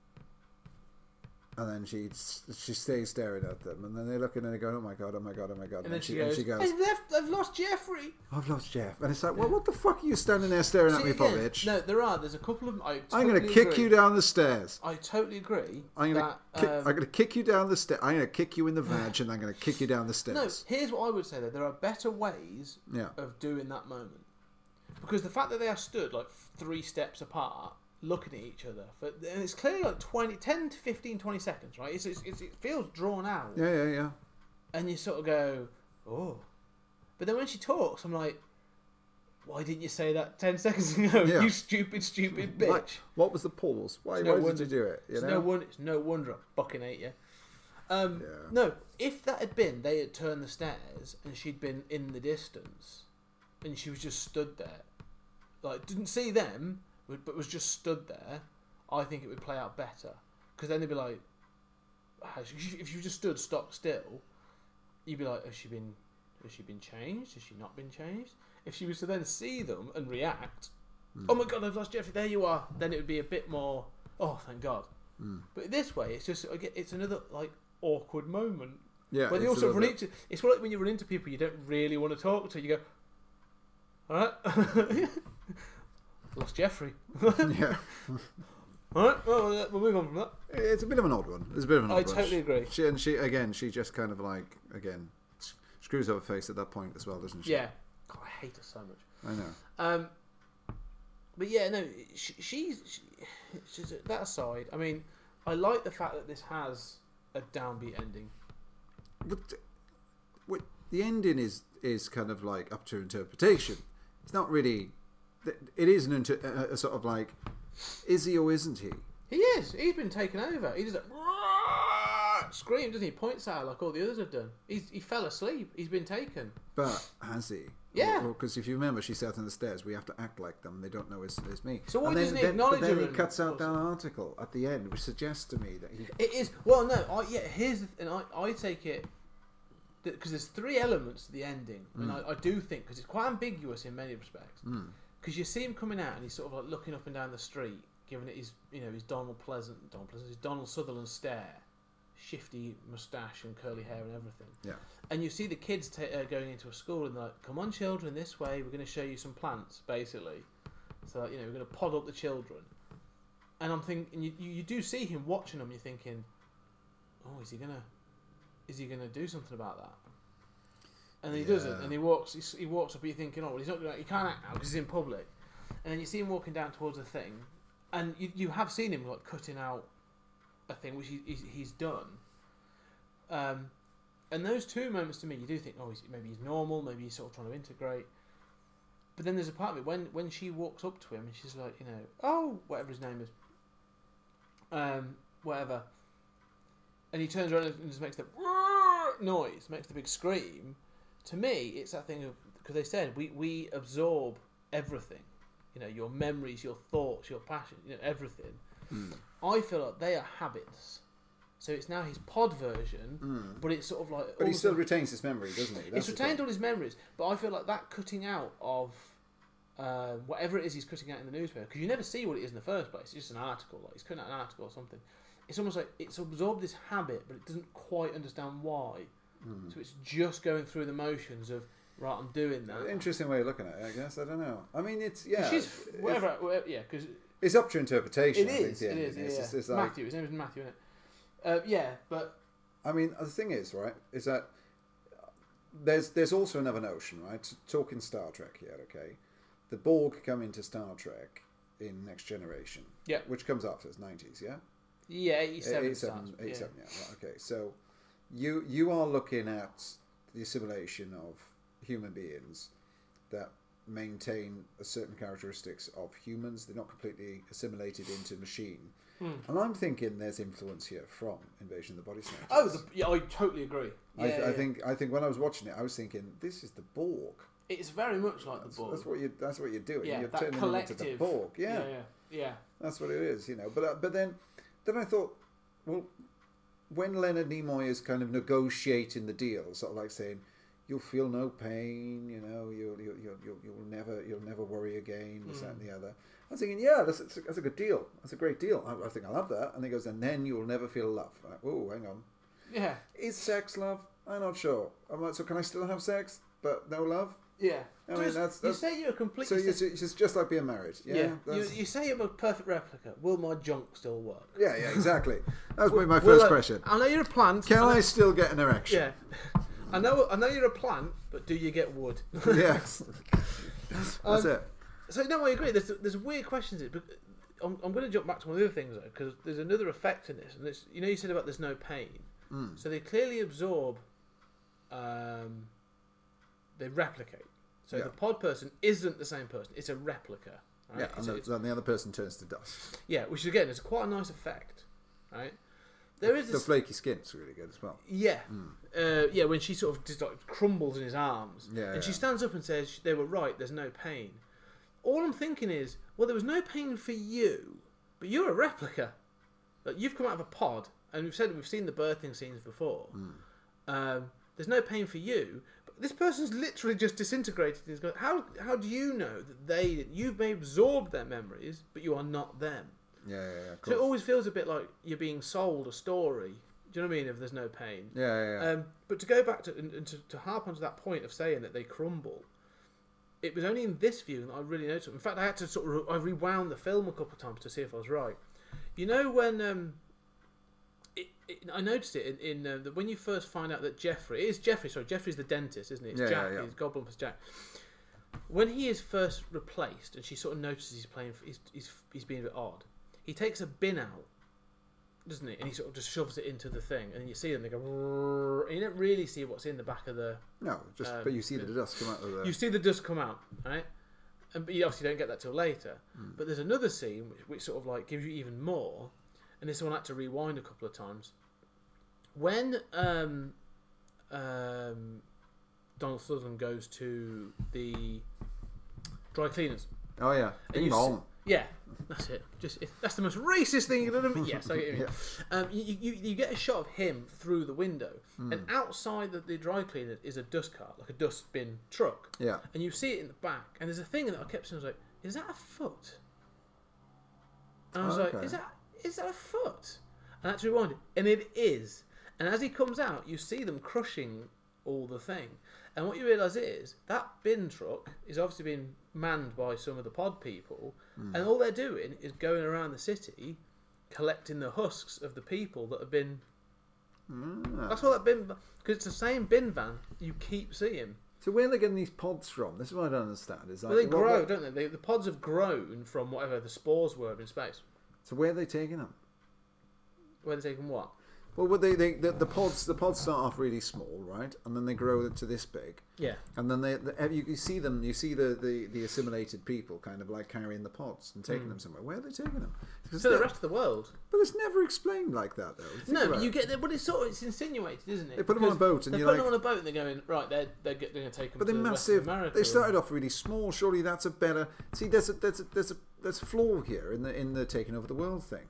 S3: And then she she stays staring at them, and then they look at her and they go, "Oh my god! Oh my god! Oh my god!"
S2: And then she goes,
S3: and she goes
S2: I've left, I've lost Jeffrey.
S3: "I've lost Jeff," and it's like, "Well, what the fuck are you standing there staring at
S2: See,
S3: me for,
S2: again,
S3: bitch?
S2: No, there are. There's a couple of. I
S3: I'm
S2: totally
S3: going to kick
S2: agree.
S3: you down the stairs."
S2: I totally agree.
S3: I'm gonna,
S2: that,
S3: kick,
S2: um,
S3: I'm gonna kick you down the stair. I'm gonna kick you in the vag, and I'm gonna kick you down the
S2: <sighs> No,
S3: stairs.
S2: here's what I would say though. There are better ways
S3: Yeah.
S2: of doing that moment because the fact that they are stood like three steps apart, looking at each other for and it's clearly like 20, 10 to 15, 20 seconds, right? It's, it's, it's, it feels drawn out,
S3: Yeah, yeah, yeah.
S2: and you sort of go, oh. But then when she talks, I'm like, why didn't you say that ten <laughs> seconds ago?
S3: Yeah.
S2: You stupid, stupid bitch.
S3: Why- what was the pause? Why,
S2: It's no
S3: why did
S2: wonder-
S3: you do it? You
S2: it's
S3: know?
S2: no wonder. It's no wonder I fucking hate you. Um,
S3: Yeah.
S2: No, if that had been, they had turned the stairs and she'd been in the distance, and she was just stood there, like didn't see them, but but was just stood there. I think it would play out better because then they'd be like, "Ah, she- she- if you just stood stock still, you'd be like, has she been, has she been changed? Has she not been changed? If she was to then see them and react, oh
S3: Hmm.
S2: my god, I've lost Jeffrey. There you are. Then it would be a bit more. Oh, thank God. But this way, it's just again, it's another like awkward moment.
S3: yeah.
S2: When you
S3: it's
S2: also
S3: a little
S2: run
S3: bit-
S2: into, it's like when you run into people you don't really want to talk to. You go, all right, <laughs> lost Jeffrey. <laughs> all
S3: <laughs> Yeah,
S2: right, well, we'll move on from that.
S3: it's a bit of an odd one. It's a bit of an odd
S2: I
S3: one.
S2: totally agree.
S3: She and she again. She just kind of like again s- screws her face at that point as well, doesn't she?
S2: Yeah, God, I hate her so much.
S3: I know.
S2: Um, but yeah, no, she, she's she, she's that aside. I mean, I like the fact that this has a downbeat ending.
S3: But th- what the ending is is kind of like up to interpretation. It's not really. th- It is an inter- a, a sort of like, is he or isn't he?
S2: He is. He's been taken over. He just like, scream, doesn't he? Points at her like all the others have done. He's, he fell asleep. He's been taken.
S3: But has he?
S2: Yeah.
S3: Because if you remember, she sat on the stairs. We have to act like them. They don't know it's, it's me.
S2: So why
S3: and then,
S2: doesn't he
S3: then, but
S2: acknowledge
S3: then
S2: her
S3: he
S2: and-
S3: cuts out that article at the end, which suggests to me that he.
S2: It is. Well, no. I, yeah. Here's the th- and I, I take it because there's three elements to the ending, and I, I do think because it's quite ambiguous in many respects. Because you see him coming out, and he's sort of like looking up and down the street, giving it his, you know, his Donald Pleasant, Donald Pleasant, his Donald Sutherland stare, shifty moustache and curly hair and everything.
S3: Yeah.
S2: And you see the kids ta uh, going into a school and they're like, "Come on, children, this way. We're going to show you some plants, basically." So you know, we're going to pod up the children. And I'm thinking, you, you you do see him watching them. You're thinking, "Oh, is he gonna, is he gonna do something about that?" And he doesn't.
S3: Yeah.
S2: And he walks. He, s- he walks up. You're thinking, "Oh, well, he's not. Gonna, he can't act now because he's in public." And then you see him walking down towards a thing, and you, you have seen him like cutting out a thing which he, he's, he's done. Um, and those two moments to me, you do think, oh, he's, maybe he's normal, maybe he's sort of trying to integrate. But then there's a part of me when when she walks up to him and she's like, you know, oh, whatever his name is, um, whatever, and he turns around and just makes the <laughs> noise, makes the big scream. To me, it's that thing of because they said we we absorb everything, you know, your memories, your thoughts, your passion, you know, everything.
S3: Hmm.
S2: I feel like they are habits. So it's now his pod version, but it's sort of like.
S3: Hmm. But
S2: all
S3: he
S2: the
S3: still retains his memory, doesn't he?
S2: it's
S3: That's the
S2: retained
S3: thing.
S2: all his memories, but I feel like that cutting out of uh, whatever it is he's cutting out in the newspaper, because you never see what it is in the first place. It's just an article, like he's cutting out an article or something. It's almost like it's absorbed this habit, but it doesn't quite understand why.
S3: Hmm.
S2: So it's just going through the motions of right, I'm doing that.
S3: Interesting way of looking at it, I guess. I don't know. I mean, it's yeah.
S2: She's
S3: it's-
S2: whatever, whatever yeah, because
S3: It's up to interpretation.
S2: it
S3: I think,
S2: is,
S3: at the
S2: it
S3: end
S2: is,
S3: of it.
S2: yeah.
S3: It's
S2: yeah.
S3: just- it's like-
S2: Matthew, his name is Matthew, isn't it? Uh, yeah, but
S3: I mean, the thing is, right, is that there's there's also another notion, right? Talking Star Trek here, okay? The Borg come into Star Trek in Next Generation,
S2: Yeah.
S3: which comes after it's nineties, yeah,
S2: yeah, 87,
S3: Eight- eight
S2: starts,
S3: seven-
S2: yeah.
S3: eight seven, yeah. right, okay, so you you are looking at the assimilation of human beings that maintain a certain characteristics of humans. They're not completely assimilated into machine.
S2: Hmm.
S3: And I'm thinking there's influence here from Invasion of the Body Snatchers.
S2: Oh, the, yeah, I totally agree. Yeah,
S3: I, I
S2: yeah.
S3: think I think when I was watching it, I was thinking this is the Borg.
S2: it's very much like the book.
S3: That's what you. That's what you're doing.
S2: yeah,
S3: you're
S2: that
S3: turning
S2: collective.
S3: them into the Borg. Yeah,
S2: yeah, yeah, yeah.
S3: that's what it is. You know, but uh, but then then I thought, well, when Leonard Nimoy is kind of negotiating the deal, sort of like saying. You'll feel no pain, you know. You'll you'll you'll, you'll, you'll never you'll never worry again. This
S2: Hmm.
S3: that and the other. I was thinking, yeah, that's, that's, a, that's a good deal. That's a great deal. I, I think I love that. And he goes, and then you'll never feel love. Like, oh, hang on.
S2: Yeah,
S3: Is sex love? I'm not sure. I'm like, so can I still have sex but no love?
S2: yeah.
S3: I mean,
S2: Just-
S3: that's-
S2: you
S3: that's-
S2: say you're a complete.
S3: So
S2: you
S3: it's
S2: say,
S3: it's just, just like being married. Yeah.
S2: yeah, you,
S3: that's-
S2: you say I'm a perfect replica. Will my junk still work?
S3: yeah, yeah,
S2: <laughs>
S3: exactly. That was my- my
S2: Will
S3: first
S2: I-
S3: question.
S2: I know you're a plant.
S3: Can
S2: know-
S3: I still get an erection?
S2: <laughs> Yeah. I know, I know you're a plant, but do you get wood? <laughs>
S3: <laughs> yes.
S2: Um,
S3: That's it.
S2: So no, I agree. There's there's weird questions. Here, but uh, I'm, I'm going to jump back to one of the other things though, because there's another effect in this, and it's you know you said about there's no pain.
S3: Hmm.
S2: So they clearly absorb. Um, they replicate. So
S3: Yeah.
S2: the pod person isn't the same person. It's a replica. Right?
S3: Yeah, and
S2: So
S3: the,
S2: it's-
S3: then the other person turns to dust.
S2: yeah, which again is quite a nice effect, right? There is
S3: The
S2: this,
S3: flaky skin's really good as well.
S2: yeah,
S3: Hmm.
S2: uh, yeah. When she sort of just like crumbles in his arms,
S3: Yeah,
S2: and she
S3: yeah.
S2: stands up and says, "They were right. There's no pain." All I'm thinking is, well, there was no pain for you, but you're a replica. Like, you've come out of a pod, and we've said we've seen the birthing scenes before.
S3: Hmm.
S2: Um, there's no pain for you, but this person's literally just disintegrated. He's gone, How how do you know that they you may absorb their memories, but you are not them?
S3: Yeah, yeah, yeah. Of
S2: So it
S3: course.
S2: always feels a bit like you're being sold a story. Do you know what I mean? If there's no pain.
S3: Yeah, yeah, yeah.
S2: Um, but to go back to and, and to, to harp onto that point of saying that they crumble, it was only in this viewing that I really noticed. it. In fact, I had to sort of re- I rewound the film a couple of times to see if I was right. You know when um, it, it, I noticed it in, in uh, the, when you first find out that Jeffrey it is Jeffrey. Sorry, Jeffrey's the dentist, isn't he? It's
S3: Yeah,
S2: Jack.
S3: yeah, yeah.
S2: He's Goblin plus Jack. When he is first replaced, and she sort of notices he's playing, he's, he's, he's being a bit odd. He takes a bin out doesn't it? And he sort of just shoves it into the thing, and you see them. They go, "Rrrr," and you don't really see what's in the back of the.
S3: no, just
S2: um,
S3: but you see the dust come out of the.
S2: You see the dust come out, right? And but you obviously don't get that till later. But there's another scene which, which sort of like gives you even more, and this one I had to rewind a couple of times. When um, um, Donald Sutherland goes to the dry cleaners,
S3: oh yeah,
S2: and
S3: Bing
S2: you
S3: bong.
S2: s- yeah, that's it. Just it- that's the most racist thing you've ever. Yes, I get you. mean.
S3: Yeah.
S2: Um, you, you, you get a shot of him through the window, and outside the, the dry cleaner is a dust cart, like a dustbin truck,
S3: Yeah,
S2: and you see it in the back. And there's a thing that I kept saying, I was like, "Is that a foot?" And I was
S3: Oh,
S2: like,
S3: okay.
S2: "Is that is that a foot?" And that's rewind, and it is. And as he comes out, you see them crushing all the thing. And what you realise is that bin truck is obviously being manned by some of the pod people, and all they're doing is going around the city collecting the husks of the people that have been. That's all that bin because it's the same bin van you keep seeing.
S3: So where are they getting these pods from? This is what I don't understand. Is like
S2: Well, they
S3: what-
S2: grow,
S3: what-
S2: don't they? they? The pods have grown from whatever the spores were in space.
S3: So where are they taking them?
S2: Where they're taking what?
S3: Well, well they, they the, the pods the pods start off really small, right, and then they grow to this big.
S2: Yeah.
S3: And then they, the- you, you see them, you see the, the, the assimilated people kind of like carrying the pods and taking them somewhere. Where are they taking them? 'Cause
S2: To Hmm. the
S3: they-
S2: rest of the world.
S3: But it's never explained like that, though. Think
S2: No,
S3: about
S2: but you
S3: it.
S2: get that, but it's sort of it's insinuated, isn't it?
S3: They put 'em on a
S2: Because
S3: boat and
S2: they
S3: you're
S2: put 'em
S3: like-
S2: on a boat and they're going right. They're they're, go- they're going to take them.
S3: But
S2: to
S3: they're
S2: the rest of
S3: massive.
S2: America
S3: They
S2: or-
S3: started off really small. Surely that's a better. See, there's a there's a there's a there's a flaw here in the in the taking over the world thing.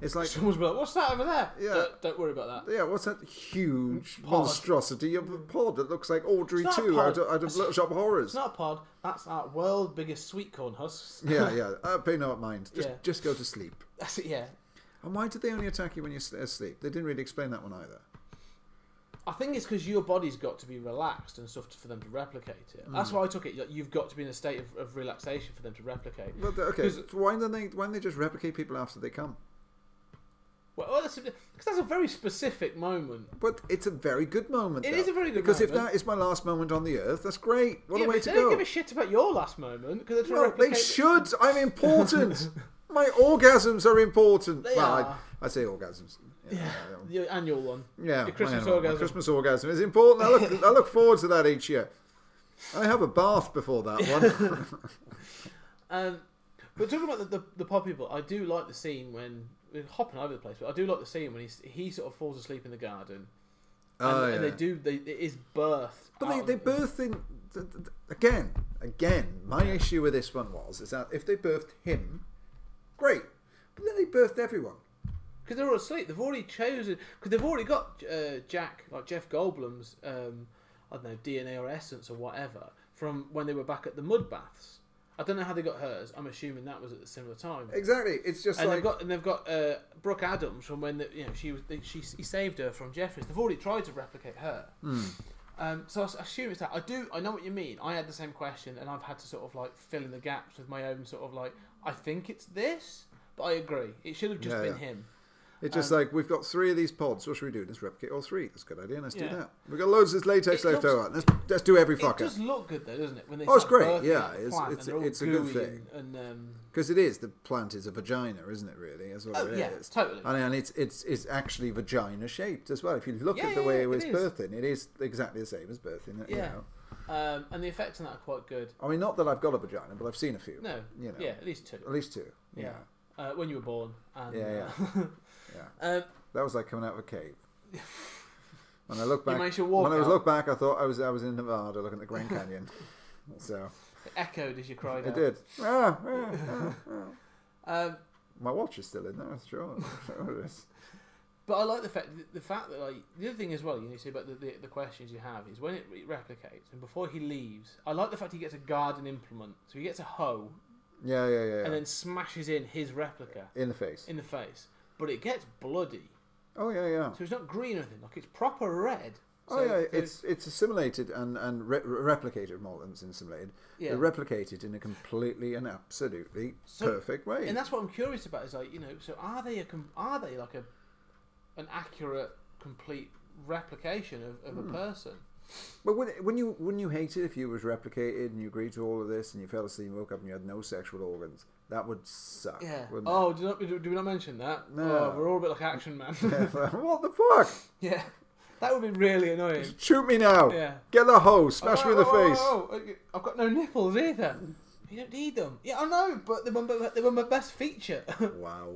S3: It's like,
S2: <laughs> Someone's like, what's that over there?
S3: Yeah.
S2: Don't, don't worry about that.
S3: yeah, what's that huge monstrosity of a pod that looks like Audrey
S2: It's not a
S3: Two out
S2: pod.
S3: of, out of Little Shop of Horrors?
S2: It's not a pod. That's our world biggest sweet corn husks.
S3: Yeah, yeah. Uh, pay no mind. Just
S2: Yeah.
S3: just go to sleep.
S2: <laughs> That's it. Yeah.
S3: And why did they only attack you when you're s- asleep? They didn't really explain that one either.
S2: I think it's because your body's got to be relaxed and stuff for them to replicate it.
S3: Hmm.
S2: That's why I took it. that You've got to be in a state of, of relaxation for them to replicate.
S3: But the- okay,
S2: 'Cause-
S3: so why don't they why don't they just replicate people after they come?
S2: Well, well, that's because that's a very specific moment.
S3: But it's a very good moment.
S2: It
S3: though.
S2: is a very good
S3: because if
S2: moment.
S3: that is my last moment on the earth, that's great. What
S2: yeah,
S3: a way
S2: but
S3: to
S2: they don't
S3: go!
S2: give a shit about your last moment because they're trying
S3: well,
S2: to
S3: they
S2: replicate.
S3: should.
S2: <laughs>
S3: I'm important. my orgasms are important.
S2: They
S3: well,
S2: are.
S3: I, I say orgasms. Yeah.
S2: Your annual one.
S3: yeah,
S2: Your Christmas
S3: my animal- my
S2: orgasm.
S3: Christmas orgasm is important. I look, I look forward to that each year. I have a bath
S2: <laughs>
S3: before that one.
S2: Um, but talking about the, the, the pod people, I do like the scene when we're hopping over the place, but I do like the scene when he he sort of falls asleep in the garden, and,
S3: Oh,
S2: and they
S3: yeah.
S2: do they it is birth.
S3: But they, they birthed in th- th- again, again. My issue with this one was is that if they birthed him, great. But then they birthed everyone.
S2: because they're all asleep. They've already chosen because they've already got uh, Jack like Jeff Goldblum's um, I don't know DNA or essence or whatever from when they were back at the mud baths. I don't know how they got hers. I'm assuming that was at a similar time.
S3: Exactly. It's just
S2: and
S3: like
S2: they've got and they've got uh, Brooke Adams from when the, you know she was they, she he saved her from Jeffries. They've already tried to replicate her.
S3: Hmm.
S2: Um, so I s- assume it's that. I do. I know what you mean. I had the same question, and I've had to sort of like fill in the gaps with my own sort of like. I think it's this, but I agree. It should have just
S3: Yeah,
S2: been
S3: yeah.
S2: him.
S3: it's just like we've got three of these pods. What should we do? Let's replicate all three. That's a good idea. Let's
S2: Yeah.
S3: do that. We've got loads of this latex
S2: It
S3: left
S2: looks-
S3: over. Let's let's do every
S2: It
S3: fucker
S2: does look good though, doesn't it? When they
S3: Oh, it's
S2: start
S3: great,
S2: birthing
S3: yeah,
S2: the
S3: it's-
S2: plant,
S3: it's-
S2: and they're all
S3: it's a good
S2: gooey
S3: thing.
S2: And, and um,
S3: because it is the plant is a vagina, isn't it? Really, that's what
S2: Oh,
S3: it
S2: yeah,
S3: is.
S2: totally.
S3: And, and it's it's it's actually vagina shaped as well. If you look
S2: Yeah,
S3: at the
S2: yeah,
S3: way
S2: yeah,
S3: it was
S2: it is.
S3: birthing, it is exactly the same as birthing. You
S2: yeah,
S3: know.
S2: um, and the effects on that are quite good.
S3: I mean, not that I've got a vagina, but I've seen a few.
S2: No,
S3: You know.
S2: yeah, at least two.
S3: At least two.
S2: Yeah. Uh, when you were born. And,
S3: Yeah,
S2: Uh, <laughs>
S3: Yeah.
S2: um,
S3: That was like coming out of
S2: <laughs>
S3: a cave. When I look back,
S2: managed to walk
S3: when I was
S2: out.
S3: look back, I thought I was I was in Nevada looking at the
S2: <laughs>
S3: Grand Canyon. so
S2: it echoed as you cried
S3: I
S2: out. <laughs>
S3: did. Ah, ah, ah, ah.
S2: Um,
S3: My watch is still in there. Sure, <laughs> sure it is.
S2: but I like the fact the fact that like the other thing as well you need to see about the, the, the questions you have is when it re- replicates and before he leaves I like the fact he gets a garden implement so he gets a hoe
S3: Yeah, yeah, yeah. yeah.
S2: and then smashes in his replica
S3: in the face.
S2: in the face but it gets bloody
S3: Oh yeah, yeah.
S2: so it's not green or anything like it's proper red so
S3: oh yeah,
S2: the-
S3: it's it's assimilated and and re- re- replicated more than it's assimilated.
S2: Yeah.
S3: They're replicated in a completely and absolutely
S2: So-
S3: perfect way.
S2: and that's what I'm curious about is like you know so are they a com- are they like a an accurate complete replication of, of
S3: Hmm.
S2: a person
S3: But would wouldn't you wouldn't you hate it if you was replicated and you agreed to all of this and you fell asleep, and woke up, and you had no sexual organs? That would suck.
S2: yeah
S3: wouldn't it?
S2: oh do, not, do, do we not mention that
S3: No.
S2: oh, we're all a bit like action
S3: <laughs>
S2: man
S3: what the fuck?
S2: <laughs> Yeah, that would be really annoying.
S3: Shoot me now.
S2: Yeah.
S3: Get the hoe. Smash me in the
S2: Oh, oh,
S3: face.
S2: oh, oh, oh, I've got no nipples either. You don't need them. Yeah, I know, but they were my, they were my best feature. <laughs>
S3: Wow.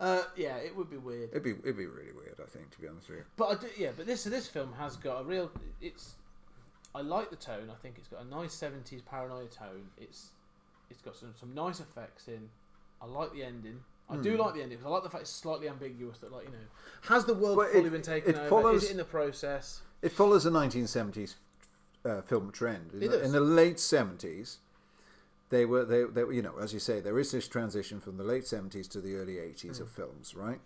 S2: uh, yeah, it would be weird.
S3: It'd be it'd be really weird. I think to be honest with you.
S2: But I do, yeah, but this this film has got a real. It's, I like the tone. I think it's got a nice seventies paranoia tone. It's, it's got some some nice effects in. I like the ending. I do
S3: Hmm.
S2: like the ending 'cause I like the fact it's slightly ambiguous. That like you know, has the world
S3: Well,
S2: fully
S3: it-
S2: been taken
S3: it
S2: over?
S3: follows-
S2: Is it in the process?
S3: It follows a 1970s uh, film trend. In,
S2: It
S3: the,
S2: does.
S3: in the late 70s, they were they, they you know as you say there is this transition from the late 70s to the early 80s
S2: Mm.
S3: of films, right?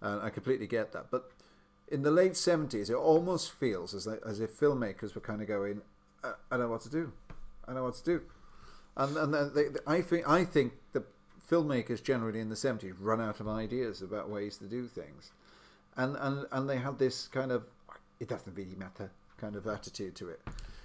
S3: And I completely get that, but in the late 70s, it almost feels as like, as if filmmakers were kind of going, I, I don't know what to do, I don't know what to do, and and then they, they- I think I think the filmmakers generally in the 70s run out of ideas about ways to do things and and and they had this kind of it doesn't really matter kind of attitude to it.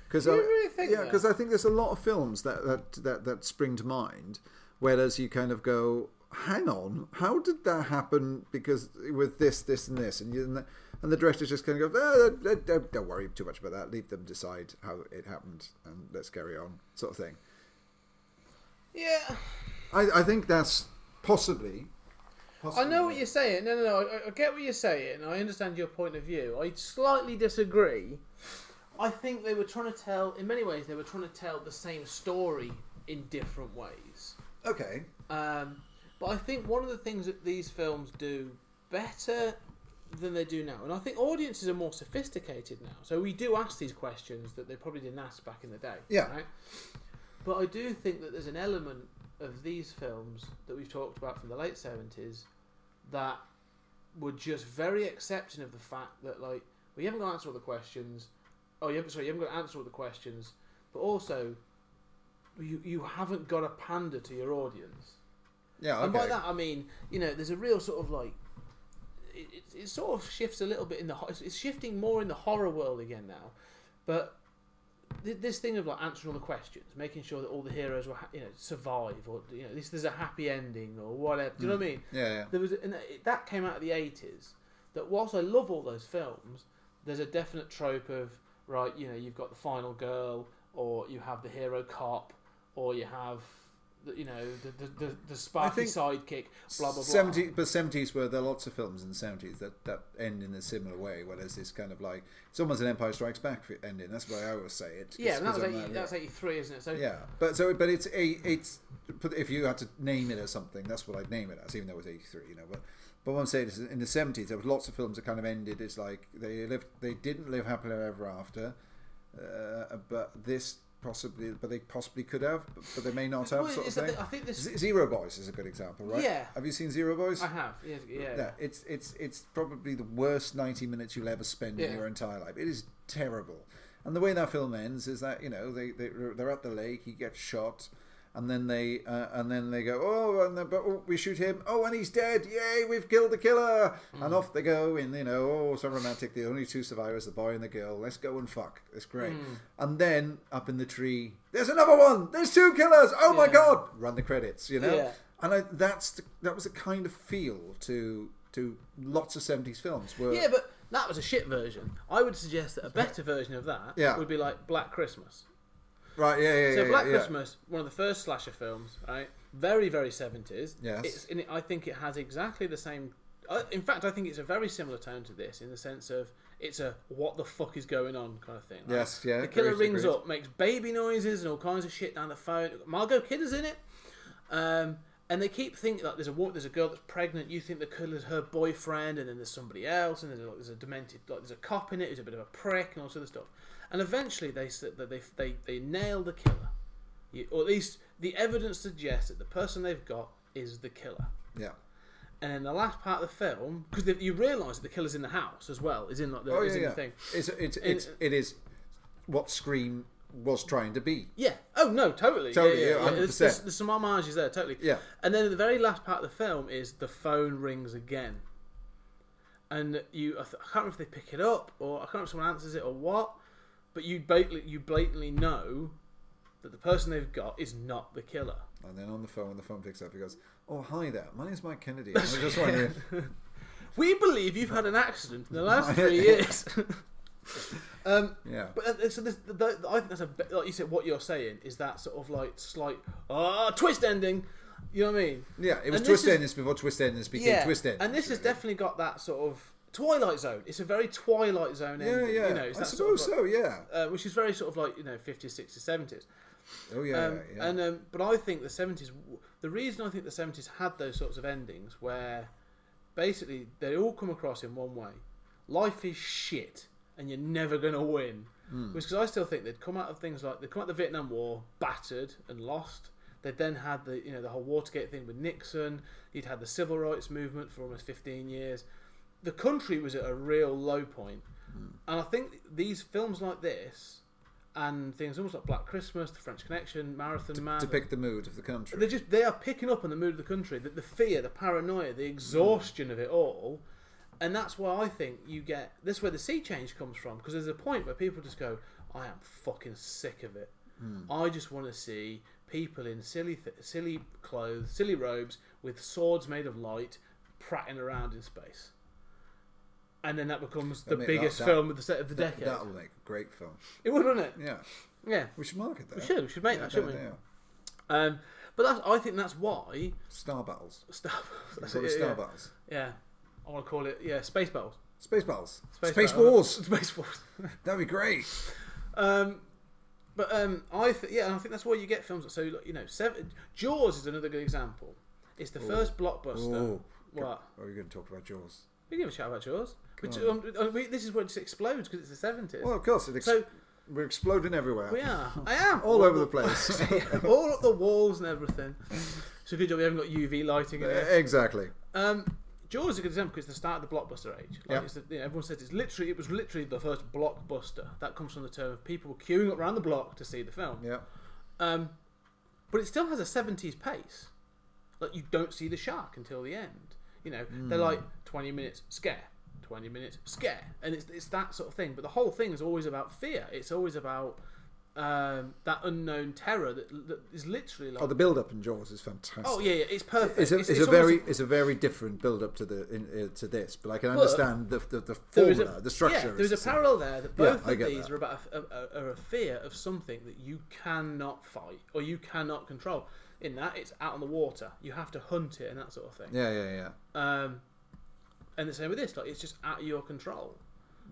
S3: Because
S2: you really think
S3: yeah,
S2: that?
S3: because I think there's a lot of films that that, that that spring to mind, whereas you kind of go, hang on, how did that happen? Because with this, this, and this, and you, and, the, and the director's just kind of go, "Ah, don't, don't, don't worry too much about that. Leave them decide how it happened, and let's carry on, sort of thing.
S2: Yeah,
S3: I, I think that's possibly.
S2: I
S3: possibly
S2: know what you're saying. No, no, no. I, I get what you're saying. I understand your point of view. I slightly disagree. I think they were trying to tell, in many ways, they were trying to tell the same story in different ways.
S3: Okay.
S2: Um, but I think one of the things that these films do better than they do now, and I think audiences are more sophisticated now, so we do ask these questions that they probably didn't ask back in the day.
S3: Yeah.
S2: Right? But I do think that there's an element of these films that we've talked about from the late 70s that were just very accepting of the fact that, like, we haven't got to answer all the questions. Oh, you haven't, sorry, you haven't got to answer all the questions, but also you, you haven't got to pander to your audience.
S3: Yeah. Okay.
S2: And by that I mean, you know, there's a real sort of like, it, it, it sort of shifts a little bit in the ho- it's, it's shifting more in the horror world again now, but th- this thing of like answering all the questions, making sure that all the heroes will ha- you know survive or you know at least there's a happy ending or whatever. Do you know
S3: Hmm.
S2: what I mean?
S3: yeah. yeah.
S2: There was and it- that came out of the eighties. That whilst I love all those films, there's a definite trope of right, you know, you've got the final girl, or you have the hero cop, or you have, the, you know, the the, the, the sparky
S3: think
S2: sidekick, blah blah blah.
S3: 70, but seventies were there are lots of films in the seventies that, that end in a similar way. Whereas this kind of like it's almost an Empire Strikes Back fi- ending. That's why I always say it.
S2: yeah, and that
S3: 'cause
S2: was
S3: I'm
S2: 80,
S3: like,
S2: that's eighty three, isn't it? So
S3: yeah, but so but it's a it's but if you had to name it as something, that's what I'd name it as, even though it was eighty three, you know. But but what I'm saying is, in the seventies, there was lots of films that kind of ended. It's like they lived, they didn't live happily ever after, uh, but this possibly, but they possibly could have, but, but they may not have.
S2: Well,
S3: sort of
S2: it's- I
S3: thing.
S2: thi- I think this-
S3: Z- Zero Boys is a good example, right?
S2: Yeah.
S3: Have you seen Zero Boys?
S2: I have, yeah, yeah.
S3: Yeah, it's it's it's probably the worst ninety minutes you'll ever spend in
S2: Yeah.
S3: your entire life. It is terrible. And the way that film ends is that you know they they they're at the lake, he gets shot, and then they uh, and then they go oh and then, but oh, we shoot him oh and he's dead yay we've killed the killer
S2: Mm.
S3: and off they go and you know oh so romantic the only two survivors the boy and the girl let's go and fuck it's great
S2: Mm.
S3: and then up in the tree there's another one there's two killers oh my
S2: Yeah.
S3: god run the credits you know
S2: Yeah.
S3: and I, that's the, that was the kind of feel to to lots of seventies films. Were
S2: Yeah, but that was a shit version. I would suggest that a better version of that
S3: Yeah.
S2: would be like Black Christmas.
S3: right, yeah, yeah, yeah.
S2: So
S3: yeah,
S2: Black
S3: yeah.
S2: Christmas, one of the first slasher films, right? Very, very seventies.
S3: Yes.
S2: It's, and it, I think it has exactly the same. I in fact, I think it's a very similar tone to this in the sense of it's a "what the fuck is going on" kind of thing. right?
S3: Yes, yeah,
S2: The killer
S3: agreed,
S2: rings
S3: agreed.
S2: up, makes baby noises and all kinds of shit down the phone. Margot Kidder's in it, um, and they keep thinking like there's a wo- there's a girl that's pregnant. You think the killer's her boyfriend, and then there's somebody else, and there's a, like, there's a demented like there's a cop in it who's a bit of a prick and all sort of stuff. And eventually they s- that they they they nail the killer, You- or at least the evidence suggests that the person they've got is the killer.
S3: Yeah.
S2: And then the last part of the film, because you realise that the killer's in the house as well, is in like the,
S3: Oh
S2: is
S3: yeah,
S2: in
S3: yeah.
S2: the thing.
S3: It's it's it's it is what Scream was trying to be.
S2: Yeah. Oh no, totally.
S3: Totally,
S2: Yeah, yeah,
S3: yeah,
S2: yeah. There's,
S3: 100%.
S2: there's, there's some homages there, totally.
S3: Yeah.
S2: And then the very last part of the film is the phone rings again, and you I, th- I can't remember if they pick it up or I can't remember if someone answers it or what, but you blatantly you blatantly know that the person they've got is not the killer.
S3: And then on the phone, when the phone picks up, he goes, "Oh hi there, my name's Mike Kennedy. I was
S2: <laughs>
S3: just wondering."
S2: We believe you've had an accident in the
S3: <laughs>
S2: last three years. um,
S3: yeah.
S2: But uh, so this, th th I think that's a bit, like you said. What you're saying is that sort of like slight ah twist ending. You know what I mean?
S3: yeah, it
S2: and this
S3: was twist
S2: is-
S3: endings before twist endings became twist endings.
S2: And this has definitely got that sort of Twilight Zone. It's a very Twilight Zone
S3: yeah,
S2: ending.
S3: yeah.
S2: You know, it's
S3: I
S2: that
S3: suppose
S2: sort of,
S3: so. Yeah.
S2: uh, which is very sort of like you know 50s, 60s, 70s.
S3: Oh yeah.
S2: Um,
S3: yeah.
S2: And um, but I think the seventies. The reason I think the seventies had those sorts of endings where basically they all come across in one way: life is shit, and you're never going to win.
S3: Hmm.
S2: Which because I still think they'd come out of things like they come out of the Vietnam War battered and lost. They then had the you know the whole Watergate thing with Nixon. You'd had the civil rights movement for almost fifteen years. The country was at a real low point,
S3: Hmm.
S2: and I think these films like this and things almost like Black Christmas, The French Connection, Marathon Man.
S3: to pick the mood of the country.
S2: They're just they are picking up on the mood of the country, the, the fear, the paranoia, the exhaustion of it all, and that's why I think you get this where the sea change comes from because there's a point where people just go, I am fucking sick of it.
S3: Hmm.
S2: I just want to see people in silly, th- silly clothes, silly robes with swords made of light, prattling around in space. And then that becomes the
S3: mean, that-
S2: biggest
S3: that-
S2: film of the set of the decade.
S3: That'll make a great film.
S2: It would, wouldn't it?
S3: Yeah,
S2: Yeah.
S3: we should market that.
S2: We should. We should make
S3: Yeah,
S2: that, shouldn't we?
S3: yeah.
S2: Um, but that's, I think that's why
S3: Star battles.
S2: Star. That's
S3: That's what
S2: it,
S3: Star
S2: yeah.
S3: battles.
S2: Yeah. I want to call it yeah space battles.
S3: Space battles. Space,
S2: battle. <laughs>
S3: wars.
S2: Space wars.
S3: That'd be great.
S2: Um, but um, I th- yeah, and I think that's why you get films. That, so like, you know, seven, Jaws is another good example. It's the first blockbuster.
S3: Ooh.
S2: What?
S3: Are we going to Oh, talk about Jaws?
S2: We give a shout about Jaws. Which, um, uh, we, this is where it just explodes because it's the seventies.
S3: Well, of course. It ex-
S2: So-
S3: we're exploding everywhere.
S2: we are. I am
S3: <laughs> All over
S2: <laughs>
S3: the place.
S2: all up the walls and
S3: <laughs>
S2: everything. So good job we haven't got UV lighting in
S3: Uh,
S2: there.
S3: exactly.
S2: Um, Jaws is a good example because it's the start of the blockbuster age. Like
S3: Yeah.
S2: it's the, you know, everyone says it's literally it was literally the first blockbuster. That comes from the term of people queuing up around the block to see the film.
S3: Yeah.
S2: Um, but it still has a 70s pace. Like, you don't see the shark until the end. You know, they're like
S3: Hmm.
S2: 20 minutes scare, 20 minutes scare. And it's, it's that sort of thing. But the whole thing is always about fear. It's always about um, that unknown terror that, that is literally like.
S3: Oh,
S2: Oh,
S3: the build-up in Jaws is fantastic.
S2: yeah, yeah, it's perfect.
S3: It's a, it's a
S2: almost-
S3: very it's a very different build up to the in, uh, to this, but I can
S2: But-
S3: understand the the, the
S2: there is a-
S3: formula, the structure.
S2: Yeah,
S3: is
S2: there's
S3: the
S2: a
S3: same.
S2: parallel there that both
S3: I
S2: of
S3: get
S2: these
S3: that.
S2: are about a, a, are a fear of something that you cannot fight or you cannot control. In that, it's out on the water. You have to hunt it and that sort of thing.
S3: Yeah, yeah, yeah,
S2: Um, and the same with this, like it's just out of your control.